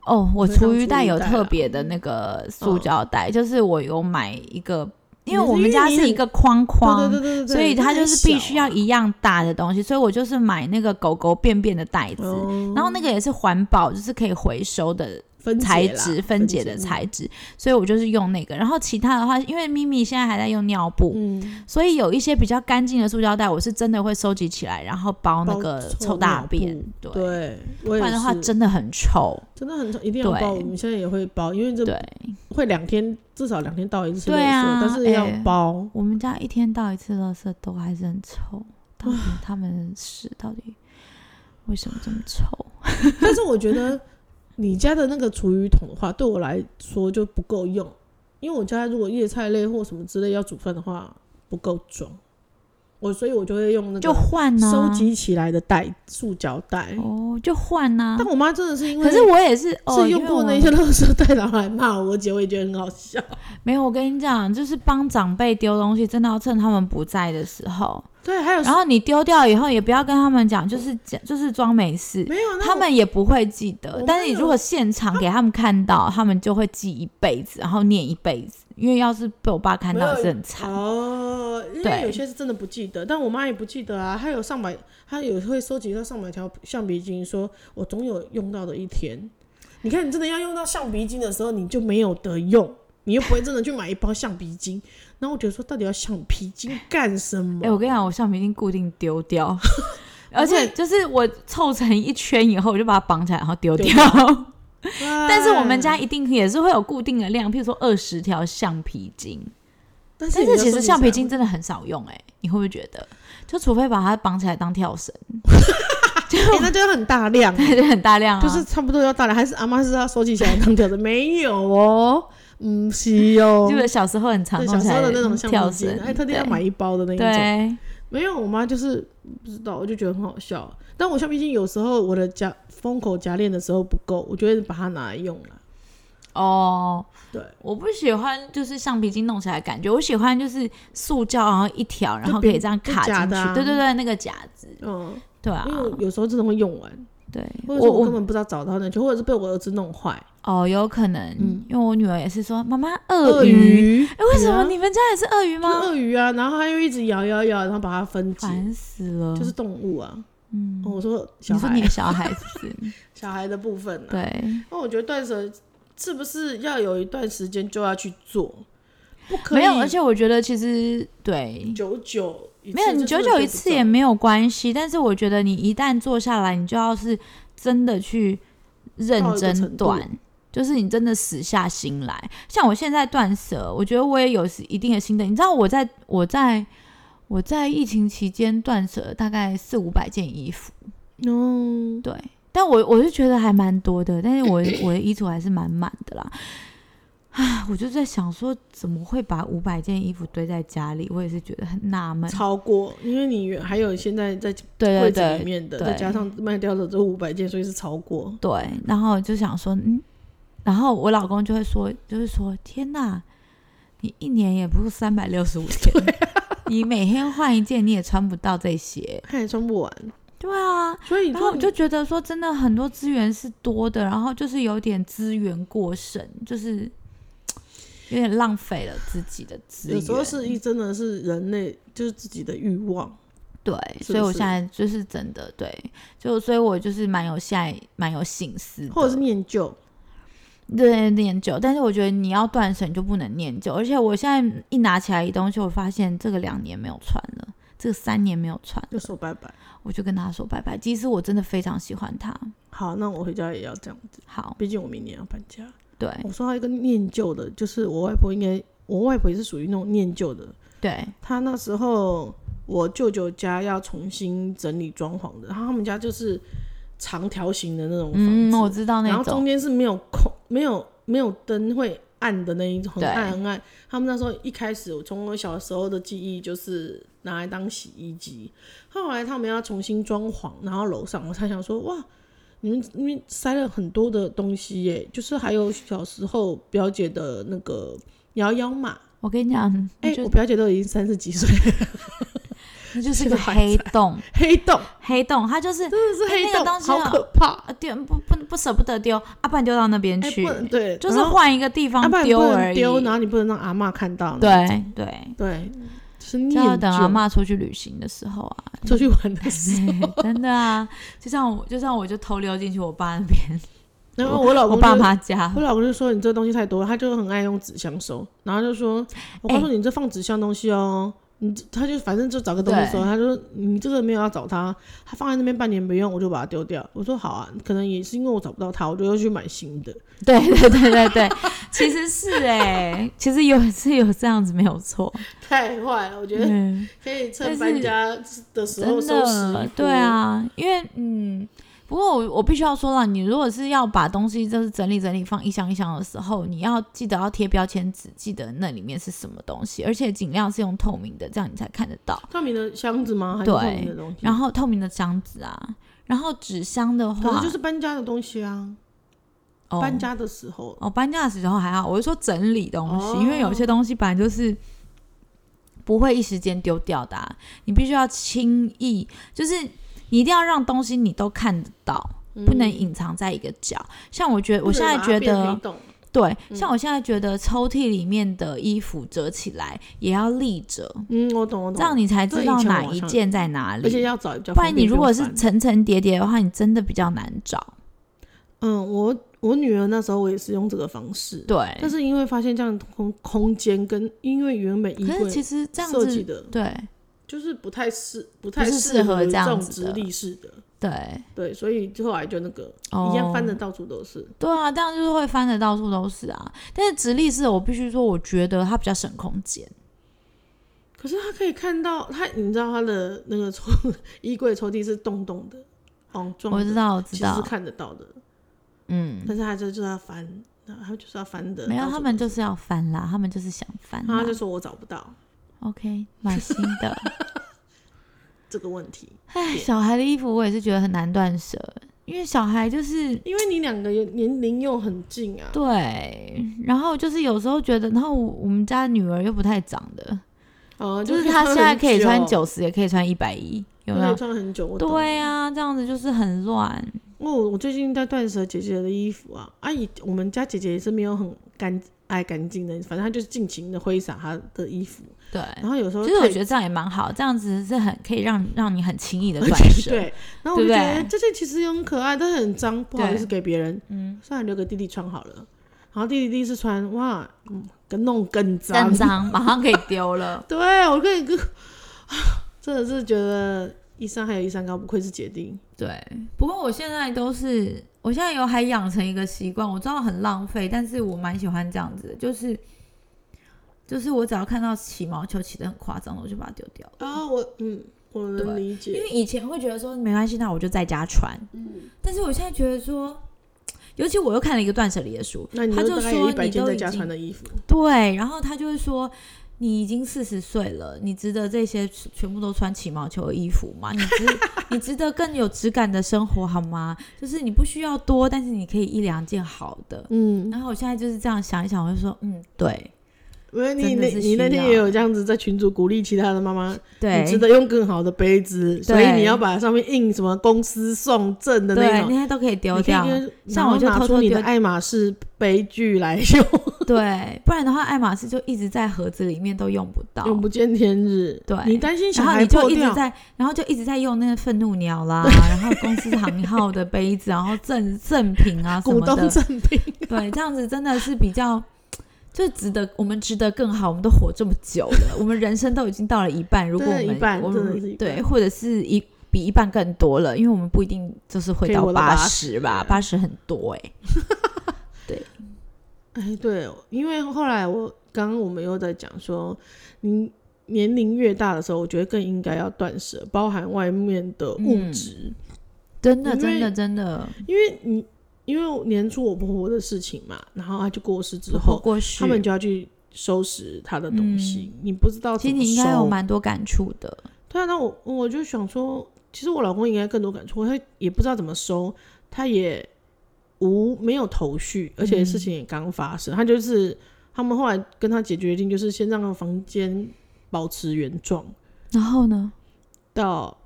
Speaker 2: 哦，我
Speaker 1: 所以当
Speaker 2: 厨余袋
Speaker 1: 厨余
Speaker 2: 有
Speaker 1: 袋
Speaker 2: 特
Speaker 1: 啊
Speaker 2: 别的那个塑胶袋，就是我有买一个，因为
Speaker 1: 你是
Speaker 2: 我们
Speaker 1: 因为
Speaker 2: 家
Speaker 1: 你
Speaker 2: 是
Speaker 1: 很
Speaker 2: 一个框框，
Speaker 1: 对对对对对，
Speaker 2: 所以它
Speaker 1: 那很
Speaker 2: 就是必须要
Speaker 1: 小啊
Speaker 2: 一样大的东西，所以我就是买那个狗狗便便的袋子，
Speaker 1: 哦
Speaker 2: 然后那个也是环保，就是可以回收的
Speaker 1: 分解嗯
Speaker 2: 材
Speaker 1: 啦
Speaker 2: 质分解的材质，所以我就是用那个。然后其他的话，因为咪咪现在还在用尿布，
Speaker 1: 嗯，
Speaker 2: 所以有一些比较干净的塑胶袋，我是真的会收集起来，然后包那
Speaker 1: 包
Speaker 2: 个
Speaker 1: 臭
Speaker 2: 臭大
Speaker 1: 尿
Speaker 2: 便
Speaker 1: 布，
Speaker 2: 对，
Speaker 1: 对，我
Speaker 2: 不
Speaker 1: 也
Speaker 2: 然的话
Speaker 1: 是
Speaker 2: 真的很臭。
Speaker 1: 真的很一定要
Speaker 2: 对
Speaker 1: 包，我们现在也会包，因为这
Speaker 2: 对，
Speaker 1: 会两天至少两天到一次
Speaker 2: 对
Speaker 1: 垃圾
Speaker 2: 啊
Speaker 1: 但是要
Speaker 2: 哎
Speaker 1: 包。
Speaker 2: 我们家一天到一次垃圾都还是很臭，到底他们的屎到底为什么这么臭？
Speaker 1: 但是我觉得你家的那个厨余桶的话，对我来说就不够用，因为我家如果叶菜类或什么之类要煮饭的话不够装，我所以我就会用那
Speaker 2: 就
Speaker 1: 个
Speaker 2: 换啊，
Speaker 1: 收集起来的袋塑胶袋。
Speaker 2: 哦，就换呐、
Speaker 1: 但我妈真的是因为
Speaker 2: 可是我也是，哦、
Speaker 1: 是用
Speaker 2: 因为
Speaker 1: 过
Speaker 2: 我
Speaker 1: 那些垃圾袋，然后来骂我姐，我也觉得很好笑。
Speaker 2: 没有。我跟你讲，就是帮长辈丢东西，真的要趁他们不在的时候。
Speaker 1: 对，还有
Speaker 2: 然后你丢掉以后，也不要跟他们讲，就是讲就是装没事，
Speaker 1: 没有那
Speaker 2: 他
Speaker 1: 我
Speaker 2: 们也不会记
Speaker 1: 我
Speaker 2: 得
Speaker 1: 妈。
Speaker 2: 但是你
Speaker 1: 有
Speaker 2: 如果现场给他们看到，他们就会记一辈子，然后念一辈子。因为要是被我爸看
Speaker 1: 没
Speaker 2: 到
Speaker 1: 有
Speaker 2: 也是很惨。
Speaker 1: 哦，因为
Speaker 2: 对
Speaker 1: 有些是真的不记得，但我妈也不记得啊。她有上百，她有会收集到上百条橡皮筋，说我总有用到的一天。你看，你真的要用到橡皮筋的时候，你就没有得用，你又不会真的去买一包橡皮筋。然后我觉得说，到底要橡皮筋干什么？
Speaker 2: 哎、我跟你讲，我橡皮筋固定丢 掉，而
Speaker 1: 我
Speaker 2: 且
Speaker 1: 也
Speaker 2: 就是我凑成一圈以后，我就把它绑起来，然后丢
Speaker 1: 丢
Speaker 2: 掉。
Speaker 1: 哎
Speaker 2: 但是我们家，一定也是会有固定的量，譬如说二十条橡皮筋。
Speaker 1: 但是
Speaker 2: 但
Speaker 1: 你
Speaker 2: 是
Speaker 1: 要
Speaker 2: 其
Speaker 1: 收
Speaker 2: 实
Speaker 1: 集
Speaker 2: 橡皮
Speaker 1: 起来
Speaker 2: 筋真的很少用、哎，你会不会觉得？就除非把它绑起来当跳绳，
Speaker 1: 哎那就要很大量，
Speaker 2: 对，就很大 量啊。
Speaker 1: 就是差不多要大量，还是阿妈是要收集起来当掉的？没有哦，嗯，是哦
Speaker 2: 就，是小时候很常
Speaker 1: 对，
Speaker 2: 弄
Speaker 1: 小
Speaker 2: 起
Speaker 1: 时
Speaker 2: 来
Speaker 1: 候的那种橡
Speaker 2: 跳
Speaker 1: 皮
Speaker 2: 绳
Speaker 1: 筋，，哎，特地要
Speaker 2: 对
Speaker 1: 买一包的那一种。
Speaker 2: 对，
Speaker 1: 没有，我妈就是不知道，我就觉得很好笑。但我橡皮筋有时候我的夹封口夹链的时候不够，我就会把它拿来用了。
Speaker 2: 哦，
Speaker 1: 对，
Speaker 2: 我不喜欢就是橡皮筋弄起来的感觉，我喜欢就是塑胶，然后一条，然后可以这样卡
Speaker 1: 就假
Speaker 2: 进
Speaker 1: 的
Speaker 2: 去。
Speaker 1: 啊
Speaker 2: 对对对，那个夹子，
Speaker 1: 嗯，
Speaker 2: 对啊
Speaker 1: 因，为我有时候真的会用完，
Speaker 2: 对
Speaker 1: 或者是
Speaker 2: 我
Speaker 1: 我
Speaker 2: 我
Speaker 1: 根本不知道找到那球，或者是被我儿子弄坏。
Speaker 2: 哦，有可能，
Speaker 1: 嗯
Speaker 2: 因为我女儿也是说妈妈鳄
Speaker 1: 鳄
Speaker 2: 鱼，
Speaker 1: 鱼，
Speaker 2: 哎、为什么
Speaker 1: 对啊
Speaker 2: 你们家也是鳄鱼
Speaker 1: 就
Speaker 2: 吗
Speaker 1: 是？鳄鱼啊？然后他又一直咬咬咬，然后把它分解，
Speaker 2: 烦死了，
Speaker 1: 就是动物啊。
Speaker 2: 嗯，
Speaker 1: 哦，我说小
Speaker 2: 你说你
Speaker 1: 孩
Speaker 2: 的，小孩是不是？
Speaker 1: 小孩的部分啊。
Speaker 2: 对，
Speaker 1: 那我觉得断舍是不是要有一段时间就要去做？不可以，
Speaker 2: 没有，而且我觉得其实对，
Speaker 1: 久久一次
Speaker 2: 没有
Speaker 1: 就
Speaker 2: 你
Speaker 1: 真
Speaker 2: 久
Speaker 1: 的
Speaker 2: 久
Speaker 1: 做
Speaker 2: 一
Speaker 1: 不
Speaker 2: 次
Speaker 1: 到
Speaker 2: 也没有关系，但是我觉得你一旦坐下来，你就要是真的去认
Speaker 1: 到一个程
Speaker 2: 真
Speaker 1: 度
Speaker 2: 断。就是你真的死下心来，像我现在断舍，我觉得我也有一定的心得。你知道我在我在我在疫情期间断舍大概四五百件衣服，
Speaker 1: 哦，
Speaker 2: 对，但我我是觉得还蛮多的，但是 我我的衣橱还是满满的啦。啊，我就在想说，怎么会把五百件衣服堆在家里？我也是觉得很纳闷。
Speaker 1: 超过，因为你还有现在在
Speaker 2: 对对
Speaker 1: 柜子里
Speaker 2: 对
Speaker 1: 面的，
Speaker 2: 对
Speaker 1: 再加上卖掉的这五百件，所以是超过。
Speaker 2: 对，然后就想说，嗯，然后我老公就会说，就是说，天哪，你一年也不是三百六十 五天，你每天换一件，你也穿不到这些。
Speaker 1: 他也穿不完，
Speaker 2: 对啊，
Speaker 1: 所以你
Speaker 2: 然后
Speaker 1: 说
Speaker 2: 我
Speaker 1: 你
Speaker 2: 就觉得说，真的很多资源是多的，然后就是有点资源过剩，就是有点浪费了自己的资源。
Speaker 1: 有时候是一真的是人类就是自己的欲望，
Speaker 2: 对，
Speaker 1: 是
Speaker 2: 所以
Speaker 1: 不
Speaker 2: 我
Speaker 1: 是
Speaker 2: 现在就是真的对，就所以我就是蛮有现在蛮有心思的，
Speaker 1: 或者是念旧。
Speaker 2: 对念旧，但是我觉得你要断舍，你就不能念旧。而且我现在一拿起来一东西，我发现这个两年没有穿了，这个三年没有穿
Speaker 1: 就
Speaker 2: 了，
Speaker 1: 说拜拜。
Speaker 2: 我就跟他说拜拜。即使我真的非常喜欢它，
Speaker 1: 好，那我回家也要这样子，
Speaker 2: 好，
Speaker 1: 毕竟我明年要搬家。
Speaker 2: 对
Speaker 1: 我说到一个念旧的，就是我外婆应该，我外婆也是属于那种念旧的。
Speaker 2: 对，
Speaker 1: 她那时候我舅舅家要重新整理装潢的，然后他们家就是长条形的那种房子，
Speaker 2: 嗯，我知道
Speaker 1: 然
Speaker 2: 那
Speaker 1: 后中
Speaker 2: 种，
Speaker 1: 间是没有空，没有没有灯会暗的那一种，很
Speaker 2: 对
Speaker 1: 暗很暗。他们那时候一开始，我从我小时候的记忆就是拿来当洗衣机。后来他们要重新装潢，然后楼上我才想说，哇，你们你们塞了很多的东西耶，就是还有小时候表姐的那个摇摇马。
Speaker 2: 我跟你讲，那
Speaker 1: 哎、
Speaker 2: 就
Speaker 1: 我表姐都已经三十几岁了，
Speaker 2: 那就是
Speaker 1: 这
Speaker 2: 个
Speaker 1: 个还
Speaker 2: 黑洞，
Speaker 1: 黑 洞
Speaker 2: 黑洞，它就是
Speaker 1: 真的是
Speaker 2: 哎
Speaker 1: 黑
Speaker 2: 那
Speaker 1: 洞，
Speaker 2: 个东西
Speaker 1: 好
Speaker 2: 啊
Speaker 1: 可怕。
Speaker 2: 呃丢不不不舍不得丢，啊，不然丢到那边
Speaker 1: 哎、
Speaker 2: 去
Speaker 1: 不，能对，
Speaker 2: 就是
Speaker 1: 然后
Speaker 2: 换一个地
Speaker 1: 啊
Speaker 2: 方
Speaker 1: 不然你
Speaker 2: 丢
Speaker 1: 不能
Speaker 2: 而已。
Speaker 1: 丢，然后你不能让阿嬷看到。
Speaker 2: 对对，
Speaker 1: 对，就是
Speaker 2: 就
Speaker 1: 念
Speaker 2: 要等阿
Speaker 1: 旧
Speaker 2: 妈出去旅行的时候 啊，
Speaker 1: 出去玩的时 候，
Speaker 2: 真的啊，就像我就像我就偷溜进去我爸那边，
Speaker 1: 然后哦 我老
Speaker 2: 我
Speaker 1: 公
Speaker 2: 爸
Speaker 1: 就
Speaker 2: 妈家
Speaker 1: 我，老公就说你这东西太多了，他就很爱用纸箱收，然后就说，
Speaker 2: 哎
Speaker 1: 我告诉你，你这放纸箱东西哦。你这他就反正就找个东西收，
Speaker 2: 对
Speaker 1: 他就说你这个没有要找他，他放在那边半年不用，我就把它丢掉。我说好啊，可能也是因为我找不到他，我就又去买新的。
Speaker 2: 对对对对对，其实是哎、其实有是有这样子没有错，
Speaker 1: 太坏了，我觉得
Speaker 2: 嗯，
Speaker 1: 可以
Speaker 2: 但
Speaker 1: 趁
Speaker 2: 是
Speaker 1: 搬家的时候
Speaker 2: 真
Speaker 1: 收拾
Speaker 2: 的
Speaker 1: 衣服。
Speaker 2: 对，啊，因为嗯。不过我我必须要说了，你如果是要把东西就是整理整理放一箱一箱的时候，你要记得要贴标签纸，记得那里面是什么东西，而且尽量是用透明的，这样你才看得到。
Speaker 1: 透明的箱子吗？还是
Speaker 2: 对
Speaker 1: 透明的东西？
Speaker 2: 然后透明的箱子啊，然后纸箱的
Speaker 1: 可
Speaker 2: 话，
Speaker 1: 是就是搬家的东西啊，
Speaker 2: 哦
Speaker 1: 搬家的时候
Speaker 2: 哦，搬家的时候还好，我是说整理东西，因为有
Speaker 1: 哦
Speaker 2: 些东西本来就是不会一时间丢掉的啊、你必须要轻易，就是你一定要让东西你都看得到，不能隐藏在一个角。像我觉得，我现在觉
Speaker 1: 嗯不能把它变嗯
Speaker 2: 得
Speaker 1: 黑，洞
Speaker 2: 对，像我现在觉得抽屉里面的衣服折起来也要立着，
Speaker 1: 嗯，我懂我懂，
Speaker 2: 这样你才
Speaker 1: 这
Speaker 2: 知
Speaker 1: 以
Speaker 2: 道
Speaker 1: 前
Speaker 2: 哪
Speaker 1: 我好
Speaker 2: 一
Speaker 1: 像
Speaker 2: 件在哪里。
Speaker 1: 而且要找比较
Speaker 2: 不
Speaker 1: 方便就翻，
Speaker 2: 然你如果是层层叠叠的话，你真的比较难找。
Speaker 1: 嗯，我我女儿那时候我也是用这个方式，
Speaker 2: 对，
Speaker 1: 但是因为发现这样空空间跟因为原本衣
Speaker 2: 可是其
Speaker 1: 柜
Speaker 2: 实这样
Speaker 1: 设计
Speaker 2: 子，
Speaker 1: 的，
Speaker 2: 对
Speaker 1: 就是不太适不太
Speaker 2: 不是适合
Speaker 1: 合
Speaker 2: 这样
Speaker 1: 种
Speaker 2: 子的
Speaker 1: 直立式的，
Speaker 2: 对，
Speaker 1: 对，所以后来就那个、
Speaker 2: 哦
Speaker 1: 一样翻的到处都是，
Speaker 2: 对啊，这样就是会翻的到处都是啊。但是直立式，我必须说，我觉得它比较省空间。
Speaker 1: 可是她可以看到她，你知道她的那个抽衣柜抽屉是洞洞的，网状的，
Speaker 2: 我知道，我知
Speaker 1: 啊其实是
Speaker 2: 道，
Speaker 1: 看得到的，
Speaker 2: 嗯，
Speaker 1: 但是她就就是要翻，然后她就是要翻的，
Speaker 2: 没有，
Speaker 1: 到处
Speaker 2: 他们
Speaker 1: 都
Speaker 2: 就是要翻啦，他们就是想翻
Speaker 1: 然后
Speaker 2: 啦
Speaker 1: 她。就说我找不到
Speaker 2: OK，买新 的。
Speaker 1: 这个问题。
Speaker 2: 唉，小孩的衣服我也是觉得很难断舍，因为小孩就是
Speaker 1: 因为你两个年龄又很近啊，
Speaker 2: 对，然后就是有时候觉得，然后我我们家女儿又不太长的，
Speaker 1: 呃，
Speaker 2: 就是
Speaker 1: 可以
Speaker 2: 她现在可以穿
Speaker 1: 很久，
Speaker 2: 九十，也可以穿一百一，有没
Speaker 1: 可以
Speaker 2: 有？
Speaker 1: 穿很久。我懂
Speaker 2: 对，啊，这样子就是很乱。
Speaker 1: 哦，我最近在断舍姐姐的衣服啊，阿姨，我们家姐姐也是没有很干爱干净的，反正她就是尽情的挥洒她的衣服，
Speaker 2: 对。
Speaker 1: 然后有时候
Speaker 2: 哎其实我
Speaker 1: 太
Speaker 2: 觉得这样也蛮好，这样子是很可以让让你很轻易的断舍。
Speaker 1: 对，然后我就
Speaker 2: 对不
Speaker 1: 觉
Speaker 2: 对
Speaker 1: 得哎这件其实也很可爱，但是很脏，不好意思给别人，
Speaker 2: 嗯，
Speaker 1: 算了，留给弟弟穿好了。然后弟弟第一次穿，哇，嗯，跟弄更脏，。
Speaker 2: 更 脏，马上可以丢 了
Speaker 1: 对我跟你哥，真的是觉得一山还有一山高，不愧是姐弟。
Speaker 2: 对，不过我现在都是，我现在有还养成一个习惯，我知道很浪费，但是我蛮喜欢这样子的，就是就是我只要看到起毛球起的很夸张的，我就把它丢掉了。
Speaker 1: 啊，我嗯，我能
Speaker 2: 对
Speaker 1: 理
Speaker 2: 因
Speaker 1: 解。
Speaker 2: 为以前会觉得说没关系，那我就在家穿。
Speaker 1: 嗯
Speaker 2: 但是我现在觉得说，尤其我又看了一个断舍离的书，
Speaker 1: 那你
Speaker 2: 他
Speaker 1: 就
Speaker 2: 就
Speaker 1: 大概有
Speaker 2: 说
Speaker 1: 一百
Speaker 2: 你
Speaker 1: 件
Speaker 2: 都
Speaker 1: 在
Speaker 2: 已
Speaker 1: 家
Speaker 2: 经
Speaker 1: 穿的衣服，
Speaker 2: 对，然后他就会说。你已经四十岁了，你值得这些全部都穿起毛球的衣服吗？你值你值得更有质感的生活好吗？就是你不需要多，但是你可以一两件好的。
Speaker 1: 嗯，
Speaker 2: 然后我现在就是这样想一想，我就说，嗯，对
Speaker 1: 因为你
Speaker 2: 真的
Speaker 1: 那
Speaker 2: 是
Speaker 1: 你那
Speaker 2: 需
Speaker 1: 天
Speaker 2: 要
Speaker 1: 也有这样子在群组鼓励其他的妈妈，
Speaker 2: 对
Speaker 1: 你值得用更好的杯子，所以
Speaker 2: 对
Speaker 1: 你要把上面印什么公司送赠的那
Speaker 2: 对，那
Speaker 1: 种，
Speaker 2: 些都可以丢
Speaker 1: 你可以
Speaker 2: 掉。
Speaker 1: 跟
Speaker 2: 像我就
Speaker 1: 然后拿
Speaker 2: 偷
Speaker 1: 出
Speaker 2: 偷
Speaker 1: 你的
Speaker 2: 丢
Speaker 1: 爱马仕杯具来用，
Speaker 2: 对，不然的话，爱马仕就一直在盒子里面都用不到。
Speaker 1: 永不见天日。
Speaker 2: 对
Speaker 1: 你担心小
Speaker 2: 然后
Speaker 1: 孩
Speaker 2: 你
Speaker 1: 破
Speaker 2: 就一直
Speaker 1: 掉，
Speaker 2: 在，然后就一直在用那个愤怒 鸟啦，然后公司行号的杯子，然后赠赠品啊什
Speaker 1: 股
Speaker 2: 么
Speaker 1: 东
Speaker 2: 的，
Speaker 1: 赠品，
Speaker 2: 对，这样子真的是比较，就值得我们值得更好。我们都活这么久了，我们人生都已经到了一半，如果我
Speaker 1: 真的
Speaker 2: 们
Speaker 1: 一半
Speaker 2: 我
Speaker 1: 真的是一
Speaker 2: 们对，
Speaker 1: 半
Speaker 2: 或者是一比一半更多了，因为我们不一定就是会
Speaker 1: 可以
Speaker 2: 到
Speaker 1: 活到
Speaker 2: 八
Speaker 1: 80
Speaker 2: 十吧，八十很多哎、
Speaker 1: 哎，对，因为后来我刚刚我们又在讲说，你年龄越大的时候，我觉得更应该要断舍，包含外面的物
Speaker 2: 嗯
Speaker 1: 质，
Speaker 2: 真的
Speaker 1: 因
Speaker 2: 真
Speaker 1: 为
Speaker 2: 的真的，
Speaker 1: 因为你因为年初我婆婆的事情嘛，然后她就过世之
Speaker 2: 不过
Speaker 1: 后，
Speaker 2: 过去嗯
Speaker 1: 他们就要去收拾她的东西，你不知道
Speaker 2: 其
Speaker 1: 怎
Speaker 2: 实
Speaker 1: 么
Speaker 2: 你应该有
Speaker 1: 收。
Speaker 2: 蛮多感触的，
Speaker 1: 对啊，那我我就想说，其实我老公应该更多感触，他也不知道怎么收，他也无没有头绪，而且
Speaker 2: 嗯
Speaker 1: 事情也刚发生，他就是他们后来跟他解决一定就是先让房间保持原状，
Speaker 2: 然后呢？
Speaker 1: 到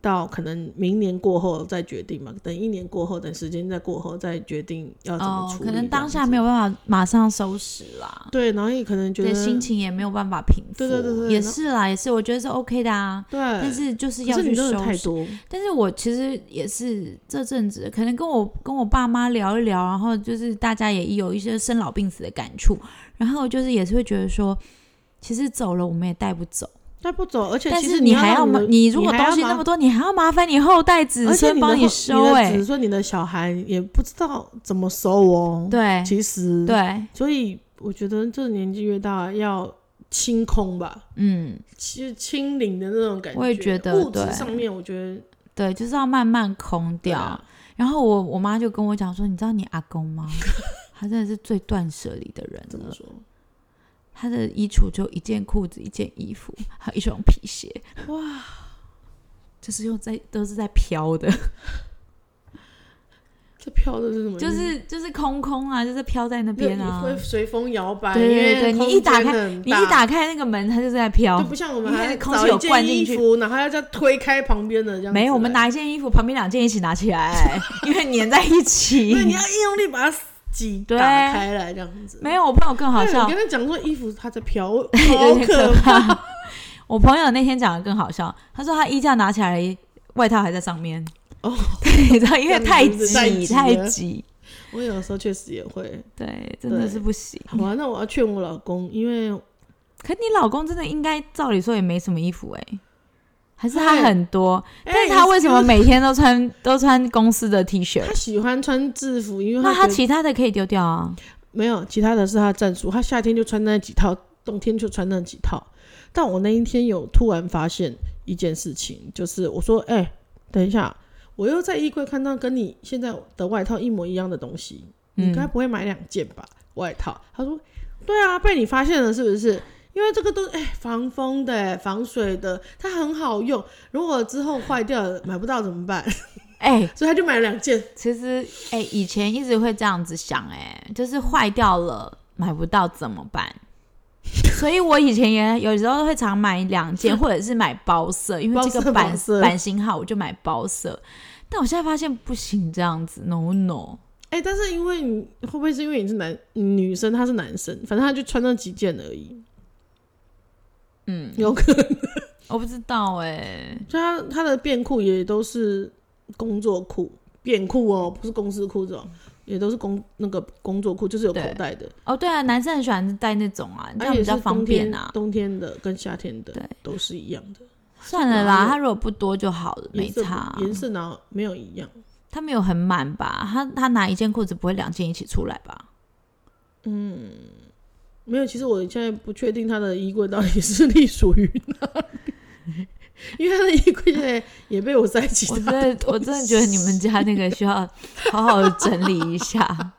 Speaker 1: 到可能明年过后再决定嘛，等一年过后，等时间再过后再决定要怎么
Speaker 2: 哦
Speaker 1: 处理这样子、，
Speaker 2: 可能当下没有办法马上收拾啦，
Speaker 1: 对，然后也可能觉
Speaker 2: 对，
Speaker 1: 得
Speaker 2: 心情也没有办法平复，
Speaker 1: 对对对对
Speaker 2: 也
Speaker 1: 那
Speaker 2: 是啦，也是，我觉得是 OK 的啊。
Speaker 1: 对，
Speaker 2: 但是就是要
Speaker 1: 可
Speaker 2: 去
Speaker 1: 你真的
Speaker 2: 收
Speaker 1: 太
Speaker 2: 拾。
Speaker 1: 多，
Speaker 2: 但是我其实也是这阵子，可能跟我跟我爸妈聊一聊，然后就是大家也有一些生老病死的感触，然后就是也是会觉得说，其实走了我们也带不走，
Speaker 1: 带不走，而且
Speaker 2: 但
Speaker 1: 其
Speaker 2: 是
Speaker 1: 实
Speaker 2: 你
Speaker 1: 要
Speaker 2: 还
Speaker 1: 让
Speaker 2: 要
Speaker 1: 你
Speaker 2: 麻，
Speaker 1: 的
Speaker 2: 你如果
Speaker 1: 还要
Speaker 2: 东西
Speaker 1: 麻
Speaker 2: 那么多，你还要麻烦你后代子
Speaker 1: 而且
Speaker 2: 孙
Speaker 1: 你
Speaker 2: 帮
Speaker 1: 的后
Speaker 2: 收、
Speaker 1: 你的
Speaker 2: 哎
Speaker 1: 子，孙、你的小孩也不知道怎么收哦。，
Speaker 2: 对
Speaker 1: 其实，
Speaker 2: 对，
Speaker 1: 所以我觉得这年纪越大要清空吧，
Speaker 2: 嗯，
Speaker 1: 其实清零的那种感觉。
Speaker 2: 我也觉得
Speaker 1: 物质
Speaker 2: 对
Speaker 1: 上面，我觉得
Speaker 2: 对，就是要慢慢空
Speaker 1: 对
Speaker 2: 掉。
Speaker 1: 啊
Speaker 2: 然后我我妈就跟我讲说，你知道你阿公吗？ 他真的是最断舍离的人
Speaker 1: 怎么
Speaker 2: 了。
Speaker 1: 说？
Speaker 2: 他的衣橱就一件裤子、一件衣服，还有一双皮鞋，
Speaker 1: 哇，
Speaker 2: 就是用在都是在飘的，
Speaker 1: 这票的是什么意思？
Speaker 2: 就是就是空空啊，就是飘在那
Speaker 1: 没有
Speaker 2: 边啊
Speaker 1: 你。会随风摇摆。
Speaker 2: 对对对
Speaker 1: 因为
Speaker 2: 你一打
Speaker 1: 空间
Speaker 2: 开
Speaker 1: 很
Speaker 2: 你
Speaker 1: 大
Speaker 2: 一打开那个门，它就是在飘
Speaker 1: 就。不像我们
Speaker 2: 因为
Speaker 1: 还
Speaker 2: 空
Speaker 1: 找
Speaker 2: 气有
Speaker 1: 一件
Speaker 2: 灌进去
Speaker 1: 衣服，然后要再推开旁边的这样。
Speaker 2: 没有，我们，拿一件衣服，旁边两件一起拿起来，因为粘在 一起
Speaker 1: 因。为你要一用力把它挤
Speaker 2: 对
Speaker 1: 打开来这样子。
Speaker 2: 没有，我朋友更好
Speaker 1: 哎
Speaker 2: 笑
Speaker 1: 我，跟他讲说衣服它在飘， 我
Speaker 2: 有
Speaker 1: 好
Speaker 2: 点
Speaker 1: 可
Speaker 2: 可怕。我朋友那天讲的更好笑，他说他衣架拿起来，外套还在上面。
Speaker 1: 哦，
Speaker 2: 对，你知道，因为
Speaker 1: 这
Speaker 2: 太
Speaker 1: 样子太
Speaker 2: 挤，
Speaker 1: 挤
Speaker 2: 太
Speaker 1: 了
Speaker 2: 挤。
Speaker 1: 我有时候确实也会。
Speaker 2: 对，真的
Speaker 1: 对
Speaker 2: 是不行。
Speaker 1: 好吧，那我要劝我老公，因为
Speaker 2: 可你老公真的应该照理说也没什么衣服哎、还是
Speaker 1: 哎
Speaker 2: 他很多？但是他
Speaker 1: 哎
Speaker 2: 为什么每天都穿 都穿公司的 T 恤
Speaker 1: 他？喜欢穿制服？因为
Speaker 2: 那
Speaker 1: 他
Speaker 2: 他
Speaker 1: 觉得
Speaker 2: 其他的可以丢掉啊。
Speaker 1: 没有其他的是他的战术，他夏天就穿那几套，冬天就穿那几套。但我那一天有突然发现一件事情，就是我说，哎、等一下，我又在衣柜看到跟你现在的外套一模一样的东西，你该
Speaker 2: 嗯，
Speaker 1: 不会买两件吧？外套？他说，对啊，被你发现了是不是？因为这个都哎、防风的、防水的，它很好用。如果之后坏掉了买不到怎么办？
Speaker 2: 哎、
Speaker 1: 所以他就买了两件。
Speaker 2: 其实哎、以前一直会这样子想、哎，就是坏掉了买不到怎么办？所以我以前也有时候会常买两件，或者是买包色，因为这
Speaker 1: 包色
Speaker 2: 个版
Speaker 1: 包色
Speaker 2: 版型好，我就买包色。但我现在发现不行，这样子，no no，
Speaker 1: 哎、但是因为你会不会是因为你是男女生，他是男生，反正他就穿那几件而已，
Speaker 2: 嗯，
Speaker 1: 有可能。
Speaker 2: 我不知道哎、
Speaker 1: 就他他的便裤也都是工作裤，便裤哦，不是公司裤这种，也都是工那个工作裤，就是有口
Speaker 2: 对
Speaker 1: 袋的，
Speaker 2: 哦，对啊，男生很喜欢带那种啊，这
Speaker 1: 而
Speaker 2: 样
Speaker 1: 且
Speaker 2: 比
Speaker 1: 是
Speaker 2: 较方
Speaker 1: 冬
Speaker 2: 便
Speaker 1: 天
Speaker 2: 啊。
Speaker 1: 冬天的跟夏天的
Speaker 2: 对
Speaker 1: 都是一样的，
Speaker 2: 算了
Speaker 1: 哪
Speaker 2: 啦，
Speaker 1: 有
Speaker 2: 他如果不多就好了，
Speaker 1: 啊
Speaker 2: 没
Speaker 1: 颜色不
Speaker 2: 差啊。
Speaker 1: 颜色哪有没有一样？
Speaker 2: 他没有很满吧？他他拿一件裤子不会两件一起出来 吧？
Speaker 1: 没有，其实我现在不确定他的衣柜到底是隶属于哪里，因为他的衣柜现在也被我塞起
Speaker 2: 我
Speaker 1: 来。
Speaker 2: 真的我真的觉得你们家那个需要好好的整理 一下，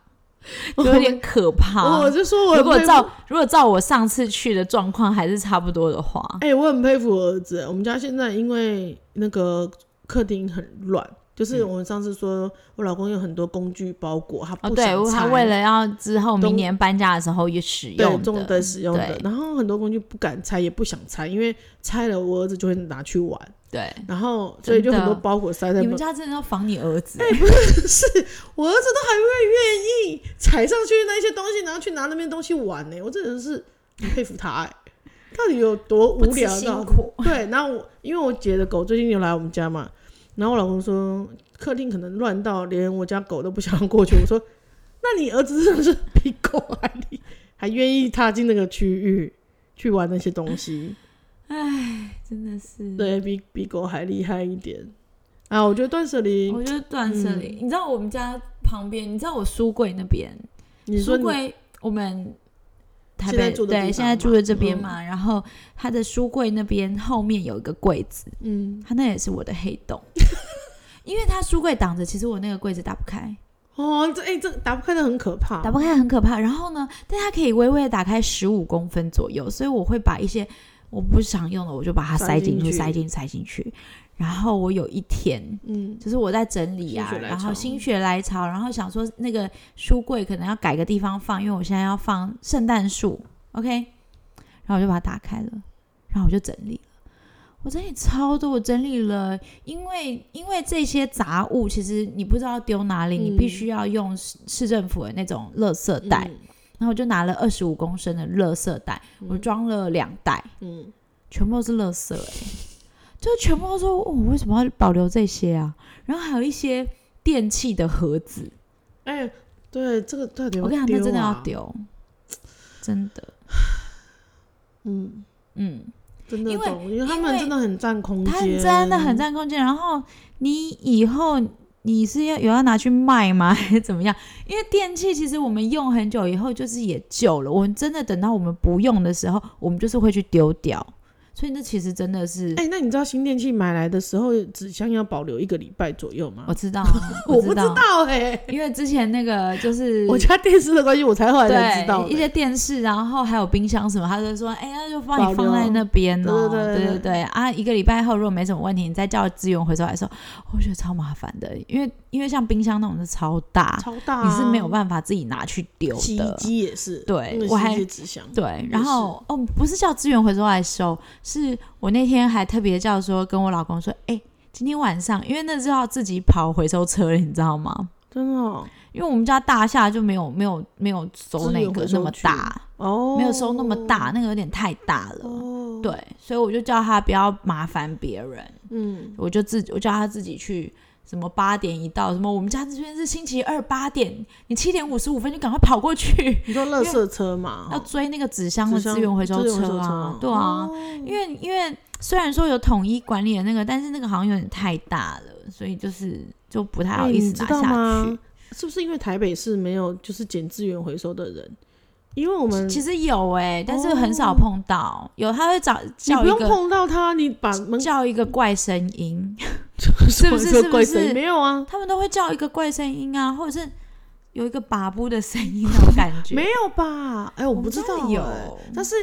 Speaker 2: 就有点可怕哦
Speaker 1: 我。就说我很
Speaker 2: 如果
Speaker 1: 佩服
Speaker 2: 照如果照我上次去的状况还是差不多的话，
Speaker 1: 哎、我很佩服我儿子。我们家现在因为那个客厅很乱，就是
Speaker 2: 嗯
Speaker 1: 我们上次说，我老公有很多工具包裹，他
Speaker 2: 哦，
Speaker 1: 不
Speaker 2: 对
Speaker 1: 想，
Speaker 2: 他
Speaker 1: 拆
Speaker 2: 为了要之后
Speaker 1: 东
Speaker 2: 明年搬家的时候也使
Speaker 1: 对
Speaker 2: 用
Speaker 1: 重
Speaker 2: 的，
Speaker 1: 的使用的
Speaker 2: 对，
Speaker 1: 然后很多工具不敢拆，也不想拆，因为拆了我儿子就会拿去玩，
Speaker 2: 对，
Speaker 1: 然后所以就
Speaker 2: 嗯真的
Speaker 1: 很多包裹塞在
Speaker 2: 你
Speaker 1: 门
Speaker 2: 们。家真的要防你儿
Speaker 1: 哎
Speaker 2: 子， 欸
Speaker 1: 是我儿子都还会愿意踩上去那些东西，然后去拿那边东西玩呢、我真的是很佩服他哎、到底有多无
Speaker 2: 不辞
Speaker 1: 聊
Speaker 2: 辛
Speaker 1: 到
Speaker 2: 苦，
Speaker 1: 对，然后我因为我姐的狗最近又来我们家嘛，然后我老公说客厅可能乱到连我家狗都不想过去。我说，那你儿子真的是比狗还厉害，还愿意踏进那个区域去玩那些东西，
Speaker 2: 真的是。
Speaker 1: 对比比狗还厉害一点啊！我觉得断舍离，
Speaker 2: 我就断舍离。
Speaker 1: 嗯
Speaker 2: 你知道我们家旁边，你知道我书柜那边，
Speaker 1: 你说
Speaker 2: 书
Speaker 1: 你
Speaker 2: 柜我们台
Speaker 1: 现在
Speaker 2: 北
Speaker 1: 住的地
Speaker 2: 对
Speaker 1: 方
Speaker 2: 现在住的这边
Speaker 1: 嘛
Speaker 2: 嘛，然后他的书柜那边后面有一个柜子，
Speaker 1: 嗯
Speaker 2: 他那也是我的黑 洞，因为他书柜挡着，其实我那个柜子打不开，
Speaker 1: 哦，这哎、这打不开的很可怕，
Speaker 2: 打不开很可怕。然后呢，但它可以微微的打开十五公分左右，所以我会把一些我不想用的，我就把它塞
Speaker 1: 塞
Speaker 2: 进
Speaker 1: 进
Speaker 2: 去，
Speaker 1: 去
Speaker 2: 塞进去，塞进去。然后我有一天，
Speaker 1: 嗯
Speaker 2: 就是我在整理啊
Speaker 1: 心，血来潮
Speaker 2: 然后心血来潮，然后想说那个书柜可能要改个地方放，因为我现在要放圣诞树，OK，然后我就把它打开了，然后我就整理了，我整理超多，我整理了，因为因为这些杂物其实你不知道丢哪里，
Speaker 1: 嗯
Speaker 2: 你必须要用市市政府的那种垃圾袋，
Speaker 1: 嗯
Speaker 2: 然后我就拿了二十五公升的垃圾袋，我装了两袋，
Speaker 1: 嗯，
Speaker 2: 全部都是垃圾、欸，就全部都说、哦我为什么要保留这些啊？然后还有一些电器的盒子，
Speaker 1: 哎、对，这个到底有
Speaker 2: 我跟你讲，
Speaker 1: 丢
Speaker 2: 那真的要
Speaker 1: 啊，
Speaker 2: 丢，真的，
Speaker 1: 嗯，
Speaker 2: 嗯，
Speaker 1: 真的
Speaker 2: 因为
Speaker 1: 懂，因为他
Speaker 2: 因
Speaker 1: 们
Speaker 2: 为
Speaker 1: 真的很占空
Speaker 2: 它
Speaker 1: 间，
Speaker 2: 真的很占空间。然后你以后你是要有要拿去卖吗， 还是怎么样？因为电器其实我们用很久以后就是也旧了，我们真的等到我们不用的时候，我们就是会去丢掉。所以那其实真的是，
Speaker 1: 哎、那你知道新电器买来的时候纸箱要保留一个礼拜左右吗
Speaker 2: 我？知 道啊，
Speaker 1: 我不
Speaker 2: 知
Speaker 1: 知
Speaker 2: 道。
Speaker 1: 道哎、
Speaker 2: 因为之前那个就是
Speaker 1: 我家电视的关系，我才后来才
Speaker 2: 对
Speaker 1: 知道的。
Speaker 2: 一些电视，然后还有冰箱什么，他就说，哎、那就帮
Speaker 1: 保留
Speaker 2: 你放在那边哦，
Speaker 1: 对对对
Speaker 2: 对
Speaker 1: 对
Speaker 2: 啊，一个礼拜后如果没什么问题，你再叫资源回收来的时候，我觉得超麻烦的，因为因为像冰箱那种是超大，
Speaker 1: 超大、啊
Speaker 2: 你是没有办法自己拿去丢
Speaker 1: 洗衣
Speaker 2: 的。
Speaker 1: 机也是，
Speaker 2: 对
Speaker 1: 因为
Speaker 2: 我还
Speaker 1: 洗衣机纸箱，
Speaker 2: 对，
Speaker 1: 是
Speaker 2: 然后哦，不是叫资源回收来收，是我那天还特别叫说跟我老公说，哎、今天晚上，因为那是要自己跑回收车了，你知道吗？
Speaker 1: 真的哦，
Speaker 2: 因为我们家大厦就没有没有没有收
Speaker 1: 资
Speaker 2: 那
Speaker 1: 源
Speaker 2: 个
Speaker 1: 回收
Speaker 2: 那么
Speaker 1: 区
Speaker 2: 大，
Speaker 1: 哦
Speaker 2: 没有收那么大，那个有点太大了。
Speaker 1: 哦，
Speaker 2: 对，所以我就叫他不要麻烦别人，
Speaker 1: 嗯，
Speaker 2: 我就自己我叫他自己去什么八点一到什么，我们家这边是星期二八点，你七点五十五分就赶快跑过去，
Speaker 1: 你说垃圾车嘛，
Speaker 2: 要
Speaker 1: 哦
Speaker 2: 追那个纸箱的
Speaker 1: 纸箱
Speaker 2: 资源回收
Speaker 1: 资源回收
Speaker 2: 车啊
Speaker 1: 车，哦
Speaker 2: 对啊，因为因为虽然说有统一管理的那个，但是那个好像有点太大了，所以就是就不太好
Speaker 1: 哎
Speaker 2: 意
Speaker 1: 你
Speaker 2: 思
Speaker 1: 知
Speaker 2: 拿
Speaker 1: 道
Speaker 2: 下去
Speaker 1: 吗。？是不是因为台北市没有就是捡资源回收的人？因为我们
Speaker 2: 其实有哎、但是很少
Speaker 1: 哦
Speaker 2: 碰到，有他会找
Speaker 1: 你
Speaker 2: 叫
Speaker 1: 不
Speaker 2: 一
Speaker 1: 用
Speaker 2: 个
Speaker 1: 碰到它，你把门
Speaker 2: 叫一个怪声音。
Speaker 1: 是
Speaker 2: 不是是不是
Speaker 1: 没有啊，
Speaker 2: 他们都会叫一个怪声音啊，或者是有一个拔布的声音那种感觉。
Speaker 1: 没有吧？哎，我不知道
Speaker 2: 我们家
Speaker 1: 哎
Speaker 2: 有，
Speaker 1: 但是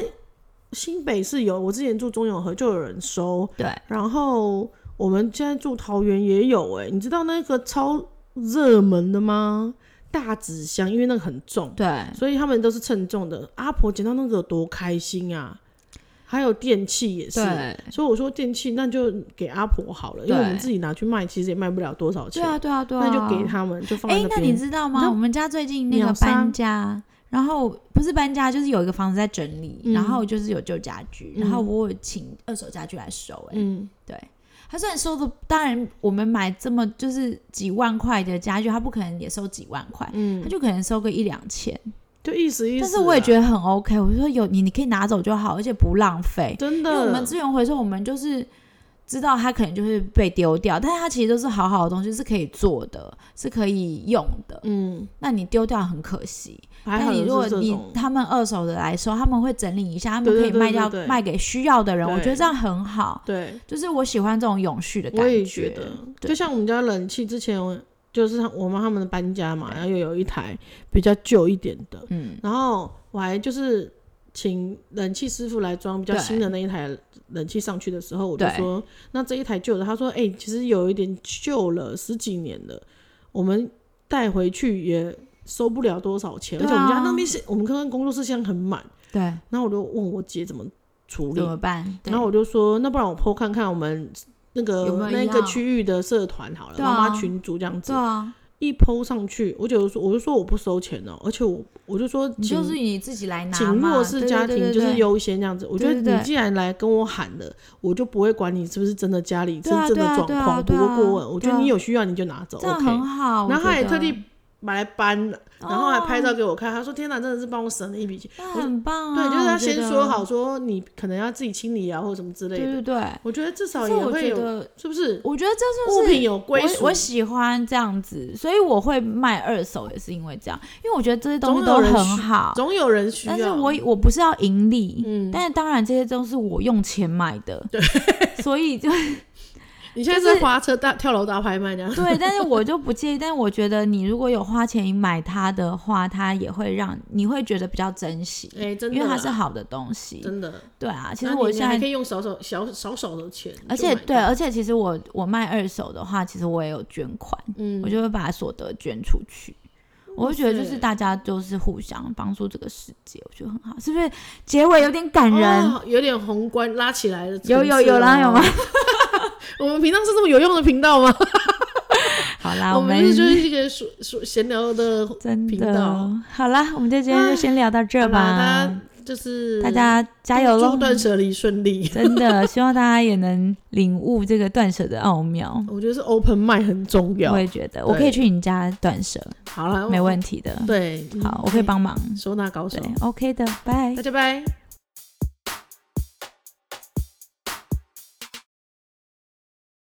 Speaker 1: 新北是有，我之前住中永和就有人收，
Speaker 2: 对，
Speaker 1: 然后我们现在住桃园也有哎、你知道那个超热门的吗？大纸箱，因为那个很重，
Speaker 2: 对，
Speaker 1: 所以他们都是称重的。阿婆捡到那个有多开心啊！还有电器也是。
Speaker 2: 对，
Speaker 1: 所以我说电器那就给阿婆好了，因为
Speaker 2: 对
Speaker 1: 我们自己拿去卖，其实也卖不了多少
Speaker 2: 对
Speaker 1: 钱，
Speaker 2: 啊，对啊，对啊，
Speaker 1: 那就给。他们，就放在
Speaker 2: 哎，
Speaker 1: 那
Speaker 2: 那你
Speaker 1: 边。
Speaker 2: 知道
Speaker 1: 你知
Speaker 2: 吗？
Speaker 1: 道
Speaker 2: 我们家最近那
Speaker 1: 秒
Speaker 2: 个
Speaker 1: 杀
Speaker 2: 搬家，然后不是搬家，就是有一个房子在整理，
Speaker 1: 嗯
Speaker 2: 然后就是有旧家具，
Speaker 1: 嗯
Speaker 2: 然后我有请二手家具来收、哎、
Speaker 1: 嗯，
Speaker 2: 对。他虽然收的，当然我们买这么就是几万块的家具，他不可能也收几万块，
Speaker 1: 嗯
Speaker 2: 他就可能收个一两千。
Speaker 1: 就意思意思
Speaker 2: 但
Speaker 1: 啦。
Speaker 2: 是我也觉得很 OK，我就说有你，你可以拿走就好，而且不浪费。
Speaker 1: 真
Speaker 2: 因为我
Speaker 1: 的，
Speaker 2: 们资源回收，我们就是知道它可能就会被丢掉，但是它其实都是好好的东西，是可以做的，是可以用的。
Speaker 1: 嗯，
Speaker 2: 那你丢掉很可惜，
Speaker 1: 还好
Speaker 2: 但你如
Speaker 1: 有
Speaker 2: 果
Speaker 1: 是这
Speaker 2: 你
Speaker 1: 种
Speaker 2: 他们二手的来收，他们会整理一下，他们
Speaker 1: 对对
Speaker 2: 可以
Speaker 1: 对
Speaker 2: 卖掉
Speaker 1: 对对
Speaker 2: 卖给需要的人，
Speaker 1: 对
Speaker 2: 我觉得这样很好。
Speaker 1: 对，
Speaker 2: 就是我喜欢这种永续的感
Speaker 1: 我也
Speaker 2: 觉
Speaker 1: 觉得，
Speaker 2: 对
Speaker 1: 就像我们家冷气之前，就是他我妈他们的搬家嘛，然后又有一台比较旧一点的，
Speaker 2: 嗯，
Speaker 1: 然后我还就是请冷气师傅来装比较
Speaker 2: 对
Speaker 1: 新的那一台冷气上去的时候，我就
Speaker 2: 对
Speaker 1: 说那这一台旧的，他说哎、其实有一点旧了，十几年了，我们带回去也收不了多少钱，而
Speaker 2: 对
Speaker 1: 且我们家
Speaker 2: 啊
Speaker 1: 那边是我们刚刚工作室现在很满，
Speaker 2: 对，
Speaker 1: 然后我就问我姐怎么处理
Speaker 2: 怎，么办？对
Speaker 1: 然后我就说，那不然我剖看看我们那个
Speaker 2: 有没有
Speaker 1: 那
Speaker 2: 一
Speaker 1: 个
Speaker 2: 样
Speaker 1: 区域的社团好了，
Speaker 2: 对
Speaker 1: 妈
Speaker 2: 啊
Speaker 1: 妈、群组这样子
Speaker 2: 对。啊，
Speaker 1: 一剖上去，我姐就说，我就说我不收钱哦、而且我我就说
Speaker 2: 你
Speaker 1: 请，
Speaker 2: 就是你自己来拿
Speaker 1: 请
Speaker 2: 嘛
Speaker 1: 弱势
Speaker 2: 对
Speaker 1: 家
Speaker 2: 对
Speaker 1: 庭
Speaker 2: 对
Speaker 1: 就
Speaker 2: 对
Speaker 1: 是
Speaker 2: 对
Speaker 1: 优先这样子。我觉
Speaker 2: 对对
Speaker 1: 得你
Speaker 2: 对
Speaker 1: 既然来跟我喊了，我就不会管你是不是真的家里是
Speaker 2: 对啊
Speaker 1: 真的
Speaker 2: 对啊
Speaker 1: 状
Speaker 2: 对啊
Speaker 1: 况，不
Speaker 2: 对
Speaker 1: 会
Speaker 2: 啊
Speaker 1: 过问。我觉得
Speaker 2: 对啊
Speaker 1: 你有需要你就拿走
Speaker 2: 这样
Speaker 1: ，OK。
Speaker 2: 很好。
Speaker 1: 然后
Speaker 2: 我
Speaker 1: 他
Speaker 2: 觉
Speaker 1: 也特
Speaker 2: 得
Speaker 1: 地买来搬了，然后还拍照
Speaker 2: 哦
Speaker 1: 给我看，他说：“天哪，真的是帮我省了一笔钱。”
Speaker 2: 那很棒啊！
Speaker 1: 对，就是
Speaker 2: 我
Speaker 1: 他
Speaker 2: 觉
Speaker 1: 先
Speaker 2: 得
Speaker 1: 说好，说你可能要自己清理啊，或者什么之类
Speaker 2: 对
Speaker 1: 的。
Speaker 2: 对对。
Speaker 1: 我觉得至少
Speaker 2: 可
Speaker 1: 也
Speaker 2: 是我
Speaker 1: 会
Speaker 2: 觉
Speaker 1: 有，
Speaker 2: 得，
Speaker 1: 是不是？
Speaker 2: 我觉得这就是
Speaker 1: 物品有归属
Speaker 2: 我我，喜欢这样子，所以我会卖二手，也是因为这样，因为我觉得这些
Speaker 1: 总
Speaker 2: 东西
Speaker 1: 有
Speaker 2: 都
Speaker 1: 人
Speaker 2: 很
Speaker 1: 需
Speaker 2: 好。
Speaker 1: 总有人需要。
Speaker 2: 但是我我不是要盈利，
Speaker 1: 嗯
Speaker 2: 但是当然这些都是我用钱买的，对，所以就
Speaker 1: 你现在
Speaker 2: 就是
Speaker 1: 在滑车大跳楼大拍卖这样，
Speaker 2: 对，但是我就不介意。但是我觉得你如果有花钱买它的话，它也会让你会觉得比较珍惜，
Speaker 1: 哎、真的
Speaker 2: 因
Speaker 1: 啦，
Speaker 2: 为它是好的东西。
Speaker 1: 真的。
Speaker 2: 对啊，其
Speaker 1: 那
Speaker 2: 实
Speaker 1: 你
Speaker 2: 我
Speaker 1: 你
Speaker 2: 现
Speaker 1: 还
Speaker 2: 在
Speaker 1: 可以用少少小少少的钱，
Speaker 2: 而
Speaker 1: 就
Speaker 2: 且
Speaker 1: 买
Speaker 2: 对，啊
Speaker 1: 到，
Speaker 2: 而且其实我我卖二手的话，其实我也有捐款，
Speaker 1: 嗯，
Speaker 2: 我就会把所得捐出去。我会觉得就
Speaker 1: 塞
Speaker 2: 是大家就是互相帮助这个世界，我觉得很好，是不是？结尾有点感人，
Speaker 1: 哦有点宏观拉起来了，
Speaker 2: 有有
Speaker 1: 层次
Speaker 2: 有啦
Speaker 1: 哦
Speaker 2: 有吗？？
Speaker 1: 我们频道是这么有用的频道吗？
Speaker 2: 好啦，
Speaker 1: 我
Speaker 2: 们
Speaker 1: 们就是一个说说闲聊的，
Speaker 2: 真
Speaker 1: 频
Speaker 2: 的
Speaker 1: 道啊
Speaker 2: 好啦，我们就今天就先聊到这
Speaker 1: 好啦大
Speaker 2: 吧，
Speaker 1: 家就是
Speaker 2: 大家加油
Speaker 1: 祝
Speaker 2: 喽！
Speaker 1: 断舍离顺利。
Speaker 2: 真的，希望大家也能领悟这个断舍的奥妙。
Speaker 1: 我觉得是 open mind 很重要
Speaker 2: 我。也觉得，我可以去你家断舍，
Speaker 1: 好了，
Speaker 2: 没问题的。
Speaker 1: 哦对，嗯
Speaker 2: 好，我可以帮忙。
Speaker 1: 收纳高手
Speaker 2: 对。，OK 的，拜。
Speaker 1: 大家拜。